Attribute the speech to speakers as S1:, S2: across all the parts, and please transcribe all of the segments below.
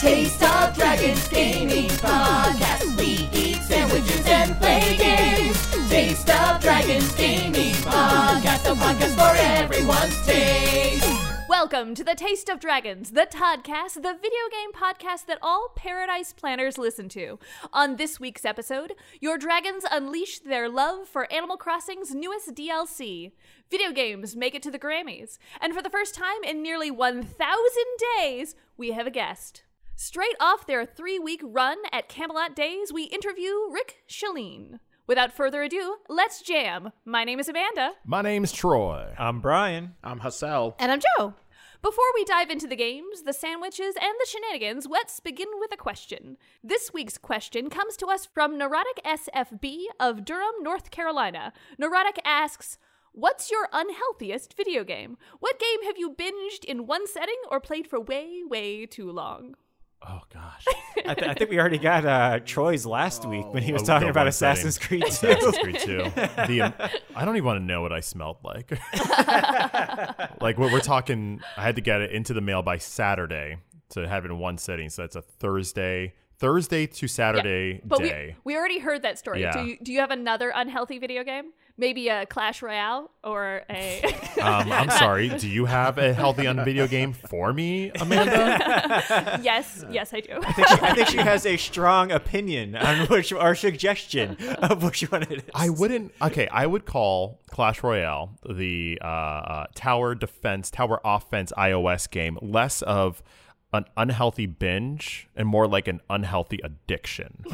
S1: Taste of Dragons Gaming Podcast. We eat sandwiches and play games. Taste of Dragons Gaming Podcast, the podcast for everyone's taste.
S2: Welcome to the Taste of Dragons, the Toddcast, the video game podcast that all Paradise Planners listen to. On this week's episode, your dragons unleash their love for Animal Crossing's newest DLC. Video games make it to the Grammys, and for the first time in nearly 1,000 days, we have a guest. Straight off their three week run at Camelot Days, we interview Rick Shaleen. Without further ado, let's jam. My name is Amanda.
S3: My name's Troy.
S4: I'm Brian.
S5: I'm Hassel.
S6: And I'm Joe.
S2: Before we dive into the games, the sandwiches, and the shenanigans, let's begin with a question. This week's question comes to us from Neurotic SFB of Durham, North Carolina. Neurotic asks, What's your unhealthiest video game? What game have you binged in one setting or played for way, way too long?
S3: Oh gosh.
S4: I, th- I think we already got uh, Troy's last week when he was talking about Assassin's Creed 2.
S3: Assassin's Creed 2. The, um, I don't even want to know what I smelled like. like what we're talking, I had to get it into the mail by Saturday to have it in one sitting. So that's a Thursday, Thursday to Saturday
S2: But
S3: day.
S2: we, we already heard that story.
S3: Yeah.
S2: Do, you, do you have another unhealthy video game? Maybe a Clash Royale or a.
S3: um, I'm sorry. Do you have a healthy on video game for me, Amanda?
S2: yes, yes, I do.
S4: I think- I think she has a strong opinion on which our suggestion of which one it is.
S3: I wouldn't. Okay, I would call Clash Royale the uh, uh, tower defense, tower offense iOS game less of an unhealthy binge and more like an unhealthy addiction.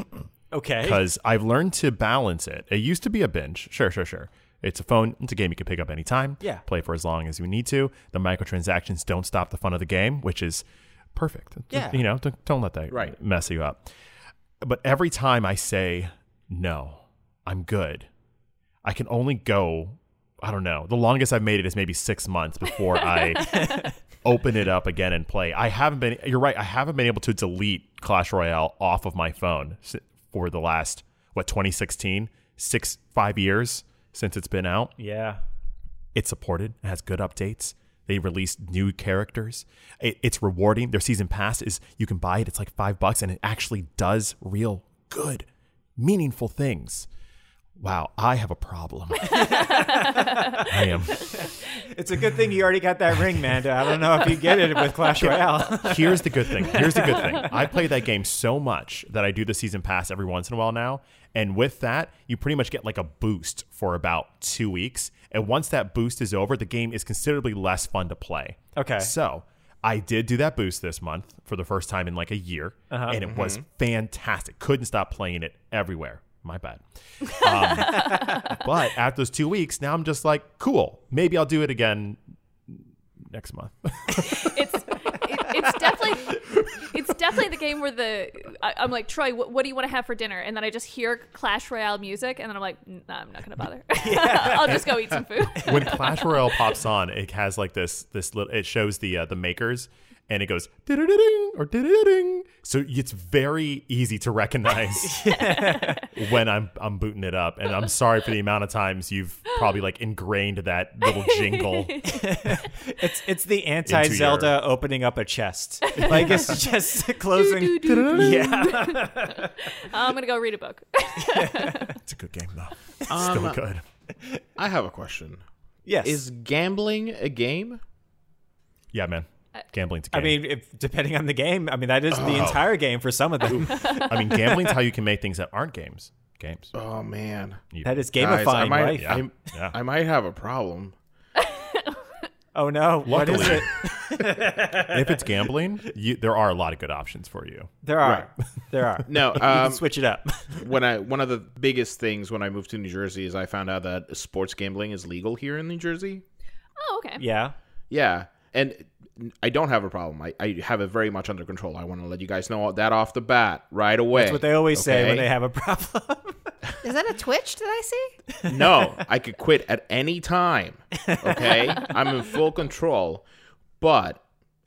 S4: okay.
S3: because I've learned to balance it. It used to be a binge. Sure, sure, sure. It's a phone. It's a game you can pick up anytime.
S4: Yeah.
S3: Play for as long as you need to. The microtransactions don't stop the fun of the game, which is perfect.
S4: Yeah.
S3: You know, don't, don't let that
S5: Right.
S3: mess you up. But every time I say, no, I'm good, I can only go, I don't know. The longest I've made it is maybe six months before I open it up again and play. I haven't been, you're right, I haven't been able to delete Clash Royale off of my phone s- for the last, what, 2016, six, five years since it's been out.
S4: Yeah.
S3: It's supported. It has good updates. They released new characters. It, it's rewarding. Their season pass is you can buy it. It's like five bucks, and it actually does real good, meaningful things. Wow, I have a problem. I am.
S4: It's a good thing you already got that ring, Manda. I don't know if you get it with Clash Royale.
S3: Here's the good thing. Here's the good thing. I play that game so much that I do the season pass every once in a while now. And with that, you pretty much get like a boost for about two weeks. And once that boost is over, the game is considerably less fun to play.
S4: Okay.
S3: So I did do that boost this month for the first time in like a year. And it was fantastic. Couldn't stop playing it everywhere. My bad. Um, but after those two weeks, now I'm just like, cool. Maybe I'll do it again next month.
S2: it's it, it's definitely it's definitely the game where the I, I'm like Troy, what, what do you want to have for dinner? And then I just hear Clash Royale music, and then I'm like, nah, I'm not gonna bother. I'll just go eat some food.
S3: when Clash Royale pops on, it has like this this little. It shows the uh, the makers, and it goes ding or ding. So it's very easy to recognize when I'm I'm booting it up. And I'm sorry for the amount of times you've probably like ingrained that little jingle.
S4: It's it's the anti Zelda opening up a chest. Like it's just closing. yeah.
S2: I'm gonna go read a book.
S3: It's a good game though. Still
S5: Um,
S3: good.
S5: I have a question.
S4: Yes.
S5: Is gambling a game?
S3: Yeah, man. Gambling's a game.
S4: I mean, if, depending on the game, I mean that is the entire game for some of them.
S3: I mean, gambling's how you can make things that aren't games. Games.
S5: Oh man,
S3: You-
S4: That is
S5: Guys, I
S4: gamifying
S5: might,
S4: life.
S5: I,
S3: Yeah.
S5: I might have a problem.
S4: Oh no! What is
S3: Luckily.
S4: it?
S3: if it's gambling, you, there are a lot of good options for you.
S4: There are. There are.
S5: No,
S4: You can
S5: um,
S4: switch it up.
S5: when I one of the biggest things when I moved to New Jersey is I found out that sports gambling is legal here in New Jersey.
S2: oh, okay.
S4: yeah.
S5: Yeah, and I don't have a problem. I, I have it very much under control. I want to let you guys know that off the bat, right away.
S4: That's what they always say when
S5: okay?
S4: they have a problem.
S6: Is that a Twitch that I see?
S5: No, I could quit at any time. Okay, I'm in full control. But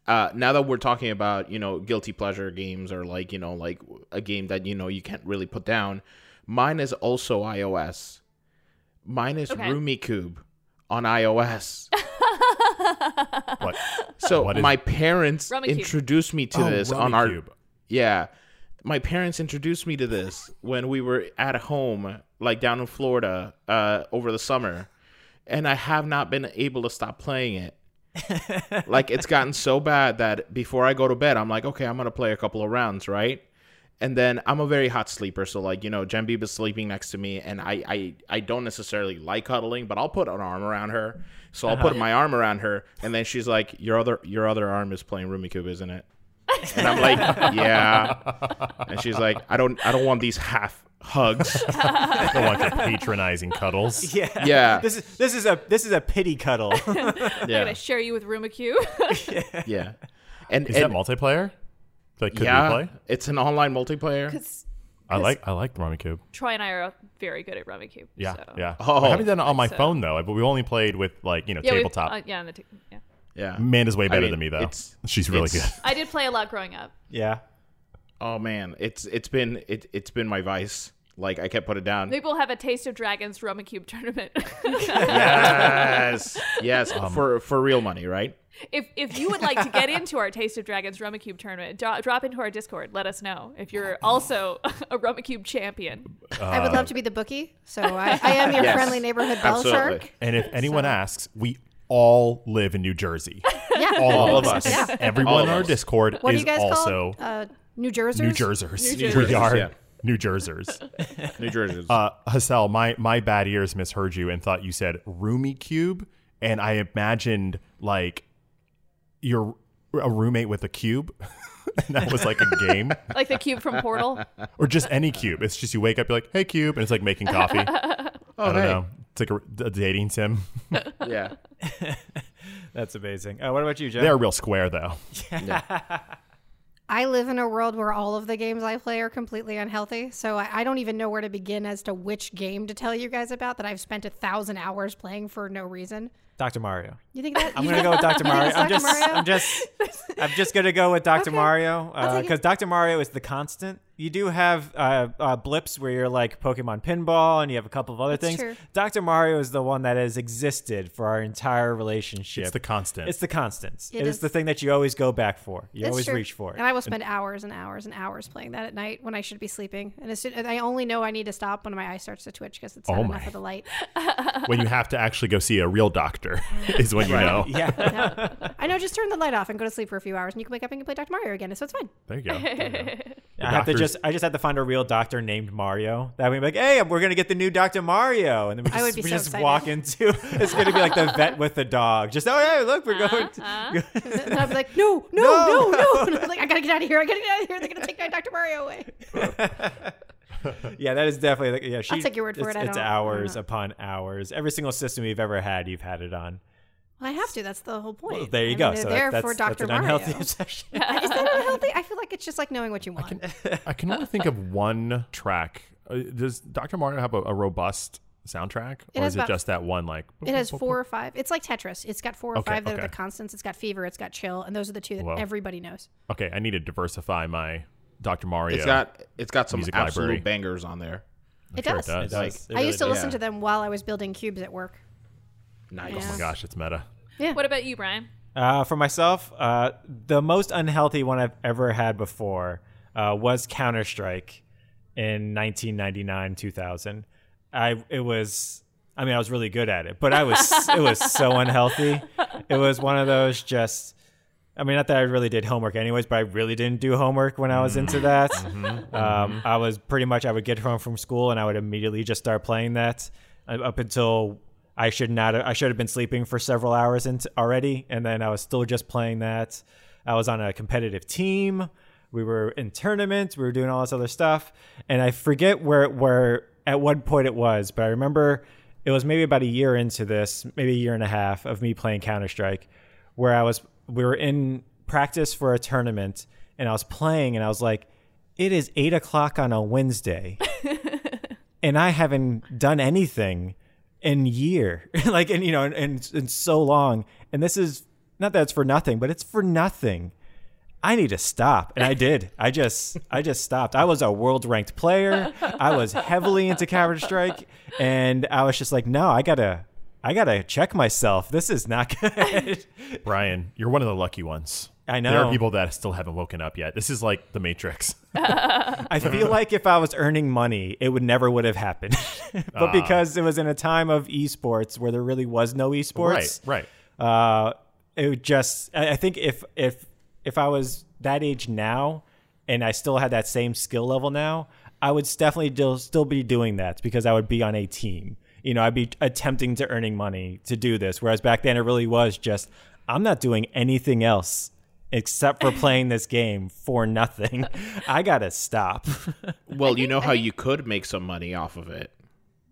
S5: uh, now that we're talking about you know guilty pleasure games or like you know like a game that you know you can't really put down, mine is also iOS. Mine is
S2: Okay.
S5: RumiCube on iOS.
S3: What?
S5: So
S3: What is-
S5: my parents
S2: RummyCube.
S5: introduced me to
S3: Oh,
S5: this on our
S3: RummyCube.
S5: Yeah. My parents introduced me to this when we were at home, like down in Florida, uh, over the summer. And I have not been able to stop playing it. like it's gotten so bad that before I go to bed, I'm like, okay, I'm gonna play a couple of rounds, right? And then I'm a very hot sleeper, so like you know, Jembeeb is sleeping next to me, and I I I don't necessarily like cuddling, but I'll put an arm around her. So I'll put my arm around her, and then she's like, your other your other arm is playing Rumi Cube, isn't it? And I'm like, yeah. And she's like, I don't I don't want these half hugs.
S3: I don't want your patronizing cuddles.
S4: Yeah.
S5: Yeah.
S4: This is this is a this is a pity cuddle.
S2: I'm
S5: Yeah,
S2: gonna share you with Rumiq.
S5: yeah. And
S3: Is
S5: and,
S3: that multiplayer? Like could
S5: yeah,
S3: we play?
S5: it's an online multiplayer.
S2: Because
S3: I like I like the Rummy Cube.
S2: Troy and I are very good at Rummikub.
S3: Yeah,
S2: so.
S3: yeah.
S5: Oh.
S3: I haven't done it on my
S2: So-
S3: phone though. But we only played with like you know
S2: Yeah, we've-
S3: tabletop.
S2: uh, yeah, on the ta- yeah.
S5: Yeah.
S3: Amanda's way better
S5: mean,
S3: than me though.
S5: it's-
S3: She's really good.
S5: it's-
S2: I did play a lot growing up.
S4: yeah.
S5: Oh man, it's it's been it it's been my vice. Like I can't put it down.
S2: Maybe we'll have a Taste of Dragons Rummikub tournament.
S5: Yes, yes,
S3: Um,
S5: for for real money, right?
S2: if if you would like to get into our Taste of Dragons Rummikub tournament, dro- drop into our Discord. Let us know if you're also a Rummikub champion.
S6: I would love
S3: Uh,
S6: to be the bookie, so I, I am your
S5: Yes.
S6: friendly neighborhood bell
S5: Absolutely.
S6: shark.
S3: And if anyone asks, we all live in New Jersey.
S6: Yeah.
S3: All,
S5: All
S3: of
S5: of
S3: us.
S5: us.
S3: And Everyone
S5: All of
S3: on our
S5: us.
S3: Discord
S6: what
S3: is
S6: do you guys
S3: also
S6: call it? Uh, New Jersey.
S3: New Jersers.
S2: New
S3: We are
S5: yeah.
S3: New Jersers.
S5: New Jersey.
S3: Uh, Hassel, my my bad ears misheard you and thought you said roomy cube, and I imagined like you're a roommate with a cube, and that was like a game.
S2: Like the cube from Portal.
S3: or just any cube. It's just you wake up, you're like, "Hey, cube," and it's like making coffee. I
S5: oh,
S3: don't know. It's like a, a dating sim.
S5: yeah.
S4: That's amazing. Uh, what about you, Jen?
S3: They're real square though.
S6: I live in a world where all of the games I play are completely unhealthy, so I, I don't even know where to begin as to which game to tell you guys about that I've spent a thousand hours playing for no reason.
S4: Dr. Mario.
S6: You think that?
S4: I'm
S6: you
S4: gonna
S6: think-
S4: go with Dr.
S6: You think
S4: Mario.
S6: it's
S4: I'm
S6: Dr.
S4: just,
S6: Mario?
S4: I'm just, I'm just gonna go with Dr.
S6: Okay.
S4: Mario
S6: I'll take it.
S4: because Dr. Mario is the constant. You do have uh, uh, blips where you're like Pokemon Pinball, and you have a couple of other things.
S6: true.
S4: Dr. Mario is the one that has existed for our entire relationship.
S3: It's the constant.
S4: It's the constant.
S6: It
S4: it is.
S6: is.
S4: the thing that you always go back for. You
S6: It's
S4: always
S6: true.
S4: reach for it.
S6: And I will spend hours and hours and hours playing that at night when I should be sleeping. And as soon, and I only know I need to stop when my eye starts to twitch because it's not
S3: Oh
S6: enough
S3: my.
S6: of the light.
S3: when you have to actually go see a real doctor is when you know.
S4: yeah.
S6: I know, just turn the light off and go to sleep for a few hours, and you can wake up and you can play Dr. Mario again. So it's fine.
S3: There you go. There you go.
S4: I have to
S3: doctors-
S4: just I just have to find a real doctor named Mario. That way, I'm like, hey, we're gonna get the new Doctor Mario, and then we just,
S6: would be
S4: we
S6: so
S4: just
S6: excited.
S4: walk into. It's gonna be like the vet with the dog. Just oh hey, look,
S6: Uh-huh,
S4: we're going. to-"
S6: And then I'll be like, no, no, no, no. And I'm like, I gotta get out of here. I gotta get out of here. They're gonna take my Dr. Mario away.
S4: Yeah, that is definitely like, yeah. She,
S6: I'll take your word for
S4: it's,
S6: it, I
S4: It's
S6: don't- I don't
S4: hours
S6: know.
S4: upon hours. Every single system we've ever had, you've had it on.
S6: Well, I have to. That's the whole point.
S4: Well, there you
S6: I mean,
S4: go.
S6: they're
S4: so
S6: there
S4: that, that's,
S6: for
S4: that's
S6: Dr.
S4: an
S6: Mario.
S4: unhealthy
S6: Is
S4: obsession.
S6: that unhealthy? I feel like it's just like knowing what you want.
S3: I can only think of one track. Uh, Does Dr. Mario have a, a robust soundtrack,
S6: It
S3: or
S6: has
S3: is it
S6: about-
S3: just that one? Like
S6: It has four or five. It's like Tetris. It's got four or
S3: Okay,
S6: five that
S3: okay.
S6: are the constants. It's got fever. It's got chill. And those are the two that
S3: Whoa.
S6: everybody knows.
S3: Okay, I need to diversify my Dr. Mario.
S5: It's got it's got some
S3: Music
S5: absolute
S3: library.
S5: bangers on there.
S6: It
S3: Sure
S6: does.
S3: it does.
S4: It does. It
S6: I
S4: really
S6: used to
S4: does.
S5: did.
S6: listen
S5: Yeah.
S6: to them while I was building cubes at work.
S5: Nice.
S3: Oh my gosh, it's meta.
S2: What about you, Brian?
S4: Uh, for myself, uh, the most unhealthy one I've ever had before uh, was Counter Strike in 1999 2000. I it was I mean I was really good at it, but I was it was so unhealthy. It was one of those just I mean, not that I really did homework anyways, but I really didn't do homework when I was into that. Um, I was pretty much, I would get home from school and I would immediately just start playing that uh, up until I should not, I should have been sleeping for several hours into already. And then I was still just playing that. I was on a competitive team. We were in tournaments. We were doing all this other stuff. And I forget where, where, at what point it was, but I remember it was maybe about a year into this, maybe a year and a half of me playing Counter Strike where I was we were in practice for a tournament and I was playing and I was like, it is eight o'clock on a Wednesday and I haven't done anything in year. like and you know, and, and, and so long. And this is not that it's for nothing, but it's for nothing. I need to stop. And I did. I just I just stopped. I was a world ranked player. I was heavily into Counter Strike. And I was just like, no, I gotta I gotta check myself. This is not good.
S3: Brian, you're one of the lucky ones.
S4: I
S3: There
S4: know.
S3: are people that still haven't woken up yet. This is like the Matrix.
S4: I feel like if I was earning money, it would never would have happened.
S3: Ah.
S4: but because it was in a time of esports where there really was no esports,
S3: Right, right.
S4: Uh, it would just. I I think if if if I was that age now, and I still had that same skill level now, I would definitely do, still be doing that because I would be on a team. You know, I'd be attempting to earning money to do this. Whereas back then, it really was just I'm not doing anything else except for playing this game for nothing. I gotta stop.
S5: Well, you know how you could make some money off of it.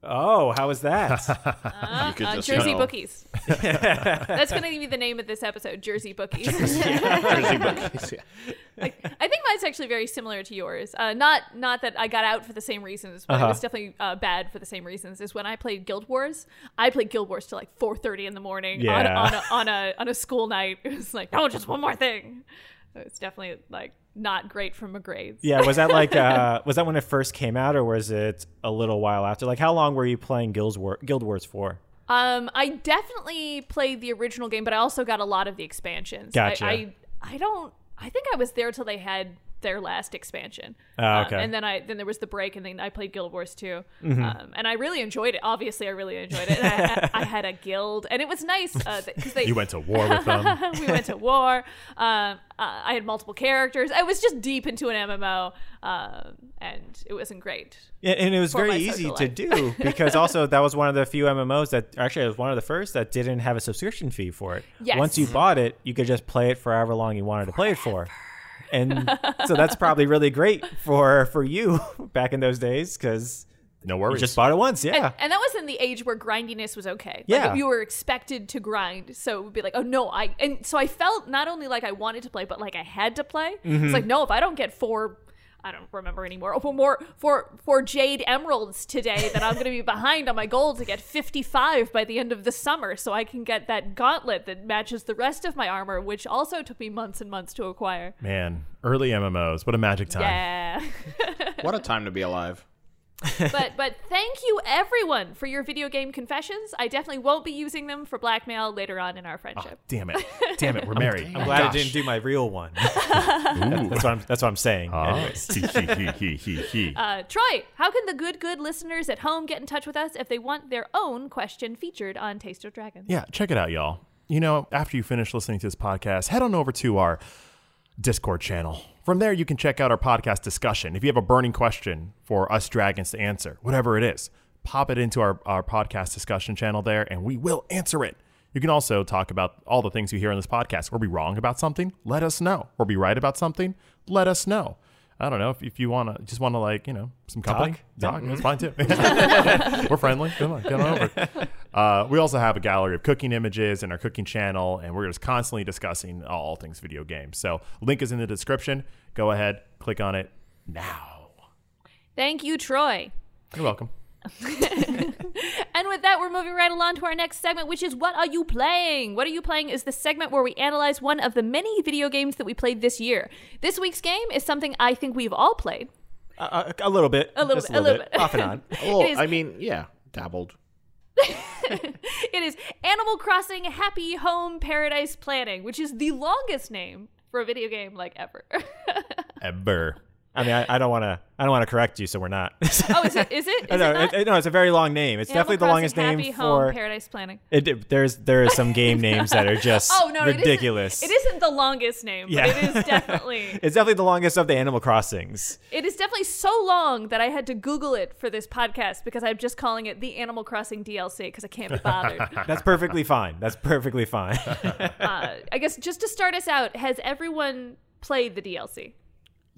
S4: Oh, how was that?
S5: you could
S2: Uh,
S5: just,
S2: Jersey
S5: you know,
S2: Bookies. That's going to be the name of this episode, Jersey Bookies.
S5: Jersey bookies. yeah.
S2: I, I think mine's actually very similar to yours. Uh, not not that I got out for the same reasons, but it was definitely uh, bad for the same reasons. Is when I played Guild Wars, I played Guild Wars till like four thirty in the morning on,
S4: Yeah.
S2: on, a, on a on a school night. It was like, oh, just one more thing. So it's definitely like not great for my grades.
S4: yeah, was that like uh, was that when it first came out, or was it a little while after? Like, how long were you playing Guild War- Guild Wars for?
S2: Um, I definitely played the original game, but I also got a lot of the expansions.
S4: Gotcha.
S2: I, I, I don't. I think I was there till they had their last expansion.
S4: Ah,
S2: Uh,
S4: okay.
S2: and then I then there was the break, and then I played Guild Wars 2
S3: Mm-hmm.
S2: um, and I really enjoyed it. Obviously, I really enjoyed it. And I, I had a guild, and it was nice because they
S3: You went to war with them.
S2: we went to war. Um, uh, I had multiple characters. I was just deep into an MMO, um, and it wasn't great.
S4: Yeah, and it was
S2: For
S4: very
S2: my
S4: easy
S2: social
S4: to
S2: life.
S4: do because also that was one of the few MMOs that actually it was one of the first that didn't have a subscription fee for it.
S2: Yes.
S4: Once you bought it, you could just play it for however long you wanted to play it for. And so that's probably really great for for you back in those days because
S3: No
S4: you
S3: worries.
S4: just bought it once. Yeah.
S2: And, and that was in the age where grindiness was okay. Like,
S4: Yeah.
S2: you were expected to grind. So it would be like, oh, no, I. And so I felt not only like I wanted to play, but like I had to play.
S4: Mm-hmm.
S2: It's like, no, if I don't get four. I don't remember anymore. For more for for jade emeralds today, then I'm going to be behind on my goal to get 55 by the end of the summer, so I can get that gauntlet that matches the rest of my armor, which also took me months and months to acquire.
S3: Man, early MMOs. What a magic time.
S2: Yeah.
S5: What a time to be alive.
S2: but but thank you everyone for your video game confessions. I definitely won't be using them for blackmail later on in our friendship.
S3: Damn it. Damn it. We're married.
S4: I'm glad I didn't do my real one. that's what I'm that's what I'm saying.
S3: Ah.
S4: Anyways.
S3: He, he, he, he, he.
S2: Uh, Troy, how can the good good listeners at home get in touch with us if they want their own question featured on Taste of Dragons?
S3: Yeah, check it out, y'all. You know, after you finish listening to this podcast, head on over to our Discord channel. From there, you can check out our podcast discussion. If you have a burning question for us dragons to answer, whatever it is, pop it into our, our podcast discussion channel there and we will answer it. You can also talk about all the things you hear on this podcast or be wrong about something, let us know. Or be right about something, let us know. I don't know if, if you want to just want to like, you know, some company. Talk, it's fine too. We're friendly. Come on, come on over. Uh, we also have a gallery of cooking images and our cooking channel, and we're just constantly discussing all things video games. So, link is in the description. Go ahead, click on it now.
S2: Thank you, Troy.
S3: You're welcome.
S2: And with that, we're moving right along to our next segment, which is What Are You Playing? What Are You Playing is the segment where we analyze one of the many video games that we played this year. This week's game is something I think we've all played.
S4: Uh, a, a little bit.
S2: A little
S4: just
S2: bit, a little bit.
S4: Off and on.
S5: Well,
S2: is-
S5: I mean, yeah, dabbled.
S2: It is Animal Crossing Happy Home Paradise Planning, which is the longest name for a video game like ever.
S3: Ever.
S4: I mean, I, I don't want to. I don't want to correct you, so we're not.
S2: oh, is it? Is it? Is
S4: no,
S2: it not?
S4: it- no, it's a very long name. It's
S2: Animal
S4: definitely the
S2: Crossing
S4: longest name
S2: Happy
S4: for.
S2: Home Paradise Planning.
S4: It- It, there's there are some game names that are just
S2: Oh no,
S4: ridiculous.
S2: It isn't, it isn't the longest name,
S4: Yeah.
S2: but it is definitely
S4: It's definitely the longest of the Animal Crossings.
S2: it is definitely so long that I had to Google it for this podcast because I'm just calling it the Animal Crossing DLC because I can't be bothered.
S4: That's perfectly fine. That's perfectly fine.
S2: uh, I guess just to start us out, has everyone played the DLC?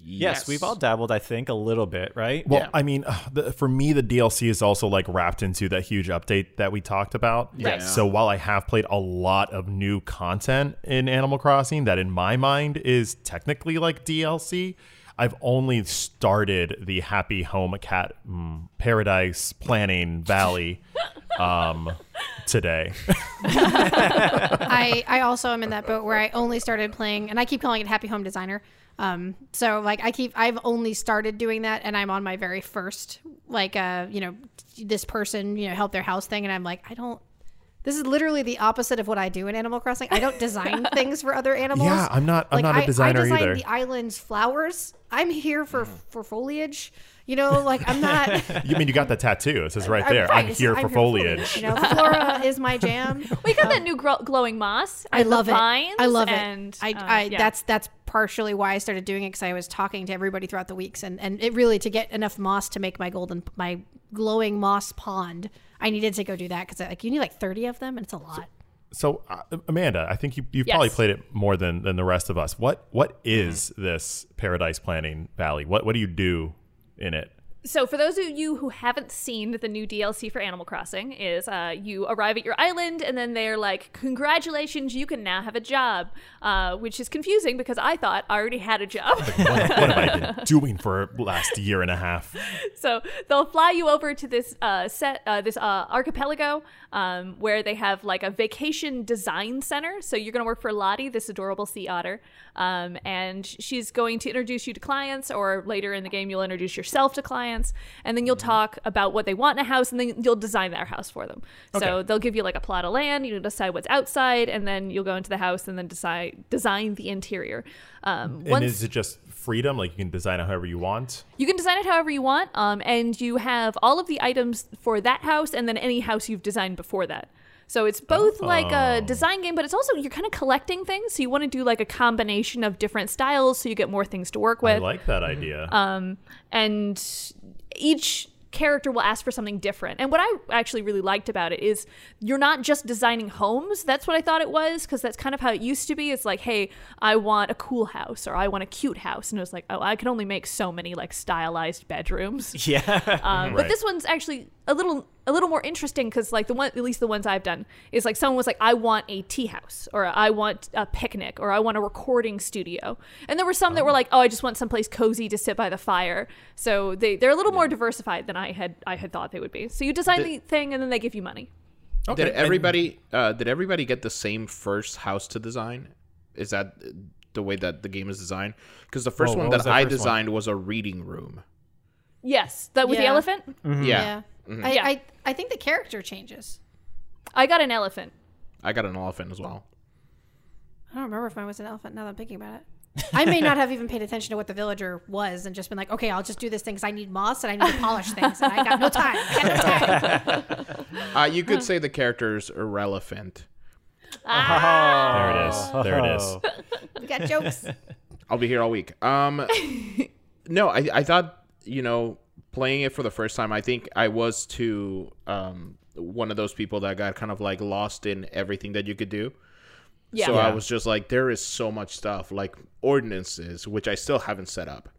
S4: yes, we've all dabbled, I think, a little bit, right?
S3: Well, I mean, uh, the, for me, the DLC is also like wrapped into that huge update that we talked about.
S2: Yeah. Right.
S3: So while I have played a lot of new content in Animal Crossing that in my mind is technically like DLC, I've only started the Happy Home Cat mm, Paradise Planning Valley um, today.
S6: I, I also am in that boat where I only started playing, and I keep calling it Happy Home Designer. Um, so like I keep I've only started doing that, and I'm on my very first like uh you know this person you know help their house thing, and I'm like I don't This is literally the opposite of what I do in Animal Crossing. I don't design things for other animals.
S3: Yeah, I'm not- I'm
S6: Like,
S3: not a
S6: I-
S3: designer
S6: I design
S3: either. Mm.
S6: the island's flowers. I'm here for for foliage. You know, like I'm not.
S3: You mean you got the tattoo? It says right
S6: I'm-
S3: there.
S6: right,
S3: I'm
S6: it's-
S3: here for foliage.
S6: You know, flora is my jam.
S2: We got that new gro- glowing moss.
S6: Um, I love
S2: the
S6: it.
S2: Vines
S6: I love
S2: and,
S6: it. I,
S2: um,
S6: I
S2: yeah.
S6: that's that's partially why I started doing it because I was talking to everybody throughout the weeks, and and it really to get enough moss to make my golden my glowing moss pond. I needed to go do that because like you need like thirty of them, and it's a lot.
S3: So, uh, Amanda, I think you, you've probably
S2: Yes.
S3: played it more than, than the rest of us. What What is this Paradise Planning Valley? What What do you do in it?
S2: So, for those of you who haven't seen the new DLC for Animal Crossing, is uh, you arrive at your island and then they're like, "Congratulations, you can now have a job," uh, which is confusing because I thought I already had a job.
S3: What, what have I been doing for last year and a half?
S2: so they'll fly you over to this uh, set, uh, this uh, archipelago, um, where they have like a vacation design center. So you're going to work for Lottie, this adorable sea otter, um, and she's going to introduce you to clients, or later in the game you'll introduce yourself to clients, and then you'll
S3: Mm-hmm.
S2: talk about what they want in a house, and then you'll design their house for them. So they'll give you like a plot of land, you decide what's outside, and then you'll go into the house and then decide design the interior. Um,
S3: And is it just freedom? Like you can design it however you want?
S2: you can design it however you want, um, and you have all of the items for that house and then any house you've designed before that. So it's both like
S3: Oh.
S2: a design game, but it's also you're kind of collecting things. So you want to do like a combination of different styles, so you get more things to work
S3: I
S2: with.
S3: like that idea.
S2: um, and each character will ask for something different. And what I actually really liked about it is you're not just designing homes. That's what I thought it was because that's kind of how it used to be. It's like, hey, I want a cool house or I want a cute house, and it was like, oh, I can only make so many like stylized bedrooms.
S4: Yeah.
S2: Um, But
S3: Right.
S2: this one's actually a little a little more interesting because like the one at least the ones I've done is like someone was like I want a tea house or I want a picnic or I want a recording studio and there were some that were like oh I just want someplace cozy to sit by the fire so they they're a little more diversified than I had I had thought they would be so you design the,
S5: The-
S2: thing and then they give you money
S3: Okay,
S5: Did
S3: and-
S5: everybody uh, did everybody get the same first house to design? Is that the way that the game is designed? Because the first
S3: Oh,
S5: one
S3: what was
S5: that,
S3: that
S5: I
S3: first one?
S5: designed was a reading room.
S2: yes that with the
S6: Yeah.
S2: elephant
S5: Yeah,
S6: I,
S2: Yeah.
S6: I I think the character changes.
S2: I got an elephant
S5: I got an elephant as well.
S6: I don't remember if mine was an elephant. Now that I'm thinking about it, I may not have even paid attention to what the villager was and just been like, okay, I'll just do this thing because I need moss and I need to polish things and I got no time. I got no time.
S5: Uh, you could say the character's irrelevant.
S3: there
S2: Uh,
S3: it is. There it is.
S6: We got jokes.
S5: I'll be here all week. Um, no, I, I thought you know playing it for the first time. I think I was too um, one of those people that got kind of like lost in everything that you could do.
S2: yeah
S5: So uh, I was just like, there is so much stuff, like ordinances, which I still haven't set up.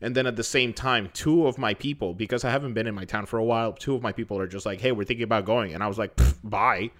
S5: And then at the same time, two of my people, because I haven't been in my town for a while, two of my people are just like, hey, we're thinking about going. And I was like, "Pff, bye.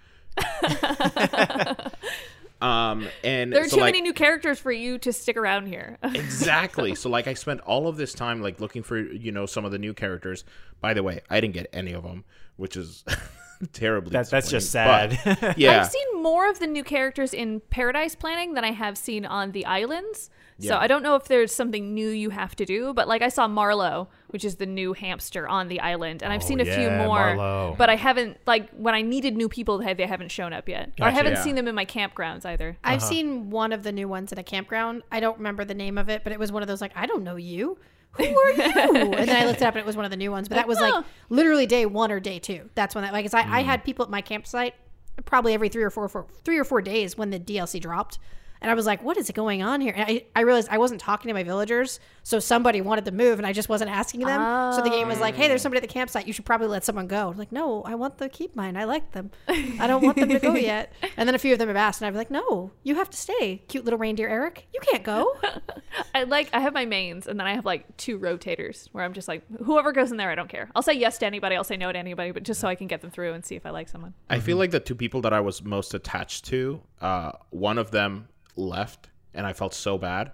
S5: um, and
S2: there are
S5: so,
S2: too
S5: like,
S2: many new characters for you to stick around here
S5: exactly. So like I spent all of this time like looking for you know some of the new characters. By the way, I didn't get any of them, which is terribly.
S4: That- that's just
S5: disappointing.
S4: sad.
S5: But, yeah.
S2: I've seen more of the new characters in Paradise Planning than I have seen on the islands. So I don't know if there's something new you have to do, but like I saw Marlowe, which is the new hamster on the island, and I've
S3: Oh,
S2: seen a few
S3: yeah,
S2: more.
S3: Marlowe.
S2: But I haven't like when I needed new people, they they haven't shown up yet. Or I
S3: Gotcha.
S2: haven't
S5: Yeah.
S2: seen them in my campgrounds either.
S6: I've seen one of the new ones at a campground. I don't remember the name of it, but it was one of those like, I don't know you. Who are you? and then I looked it up and it was one of the new ones. But that was like
S2: Oh.
S6: literally day one or day two. That's when that like 'cause I, I had people at my campsite probably every three or four, four three or four days when the DLC dropped. And I was like, what is going on here? And I, I realized I wasn't talking to my villagers, so somebody wanted to move and I just wasn't asking them. So the game was like, hey, there's somebody at the campsite. You should probably let someone go. I'm like, no, I want to keep mine. I like them. I don't want them to go yet. And then a few of them have asked, and I'm like, no, you have to stay. Cute little reindeer Eric, you can't go.
S2: I like I have my mains and then I have like two rotators where I'm just like whoever goes in there, I don't care. I'll say yes to anybody, I'll say no to anybody, but just so I can get them through and see if I like someone.
S5: I feel like the two people that I was most attached to, uh, one of them left, and I felt so bad.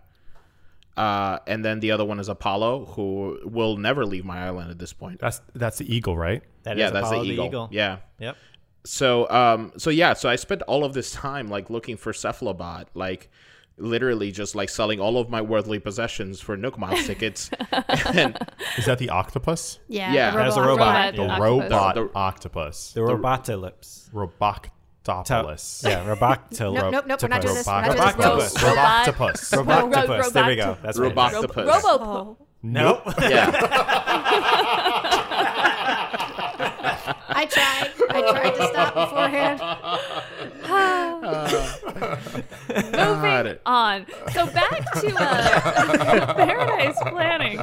S5: Uh, and then the other one is Apollo, who will never leave my island at this point.
S3: That's that's the eagle, right?
S4: That
S5: yeah,
S4: is
S5: that's
S4: Apollo
S5: the eagle. Yeah.
S4: Yep.
S5: So, um, so yeah, so I spent all of this time like looking for cephalobot, like literally just like selling all of my worldly possessions for Nook Miles tickets. and
S3: Is that the octopus?
S6: Yeah,
S5: Yeah.
S6: the
S4: That is a
S6: robot.
S4: robot.
S2: Robot
S4: Yeah.
S3: The
S2: octopus.
S3: robot
S5: The- the-
S3: octopus.
S4: The robotolips.
S3: Roboc Robotopoulos.
S4: Yeah, Roboctopus.
S6: Nope, nope, nope. We're not doing this. We're not doing this.
S4: Roboctopus.
S3: Robotopus.
S6: No.
S2: Robot-
S3: Robotopus.
S4: Roboctopus. There we go.
S2: Roboctopus.
S4: That's what it is.
S2: Robo-
S5: Roboctopus.
S2: Robo.
S6: Oh.
S3: Nope.
S5: yeah.
S6: I tried. I tried to stop beforehand.
S5: Got it.
S2: on. So back to uh, paradise planning.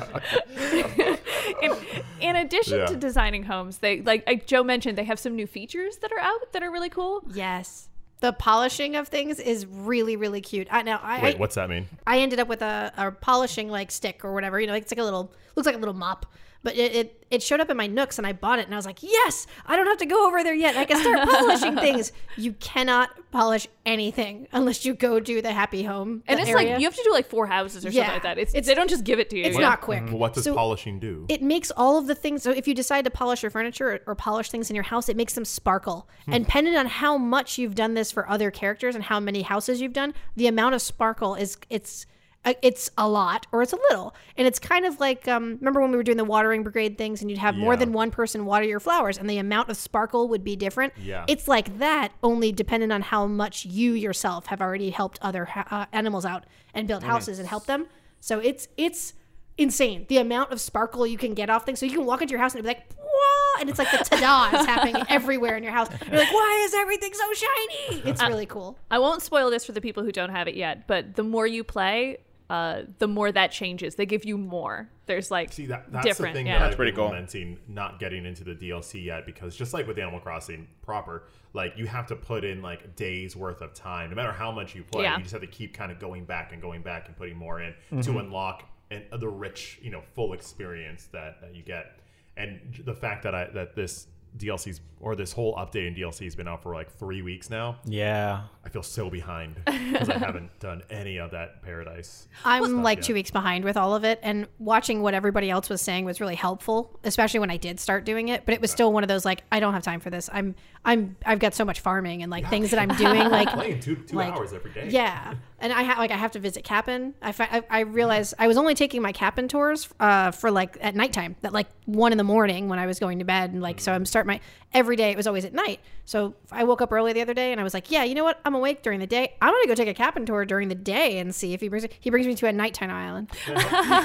S2: in, in addition
S3: Yeah.
S2: to designing homes, they like, like Joe mentioned, they have some new features that are out that are really cool.
S6: Yes. The polishing of things is really, really cute. I now I
S3: Wait,
S6: I-
S3: what's that mean?
S6: I ended up with a, a polishing like stick or whatever. You know, it's like a little looks like a little mop. But it, it it showed up in my nooks and I bought it and I was like, yes, I don't have to go over there yet. I can start polishing things. You cannot polish anything unless you go do the happy home.
S2: And
S6: the
S2: it's
S6: area.
S2: like you have to do like four houses or
S6: Yeah.
S2: something like that. It's,
S6: It's-
S2: they don't just give it to you.
S6: it's
S2: you know?
S6: not quick.
S3: What does
S6: So-
S3: polishing do?
S6: it makes all of the things so if you decide to polish your furniture or, or polish things in your house it makes them sparkle and depending on how much you've done this for other characters and how many houses you've done the amount of sparkle is it's uh, it's a lot or it's a little and it's kind of like um, remember when we were doing the watering brigade things and you'd have more
S3: Yeah.
S6: than one person water your flowers and the amount of sparkle would be different
S3: Yeah.
S6: it's like that only depending on how much you yourself have already helped other ha- uh, animals out and build houses and help them so it's it's insane the amount of sparkle you can get off things. So you can walk into your house and it'll be like, Whoa! and it's like the ta-da is happening everywhere in your house. You're like, why is everything so shiny? It's really cool.
S2: I won't spoil this for the people who don't have it yet, but the more you play, uh, the more that changes. They give you more. There's like
S3: See that that's
S2: different.
S3: the thing
S2: yeah.
S3: that
S5: That's
S3: I've
S5: pretty
S3: been
S5: cool.
S3: lamenting not getting into the DLC yet because just like with Animal Crossing proper, like you have to put in like days worth of time. No matter how much you play,
S2: Yeah.
S3: you just have to keep kind of going back and going back and putting more in
S5: Mm-hmm.
S3: to unlock and the rich, you know, full experience that, that you get. And j- the fact that I that this DLC's or this whole update in DLC has been out for like three weeks now,
S4: Yeah.
S3: I feel so behind because I haven't done any of that paradise.
S6: I'm like
S3: yeah.
S6: two weeks behind with all of it, and watching what everybody else was saying was really helpful, especially when I did start doing it. But it was still one of those like, I don't have time for this. I'm I'm I've got so much farming and like things that I'm doing like
S3: Playing two two
S6: Like,
S3: hours every day.
S6: Yeah, and I ha- like I have to visit Cap'n. I, fi- I I realized I was only taking my Cap'n tours uh, for like at nighttime, at like one in the morning when I was going to bed, and like so I'm start my every day. It was always at night. So I woke up early the other day, and I was like, yeah, you know what? I'm awake during the day. I'm gonna go take a Cap'n tour during the day and see if he brings he brings me to a nighttime island.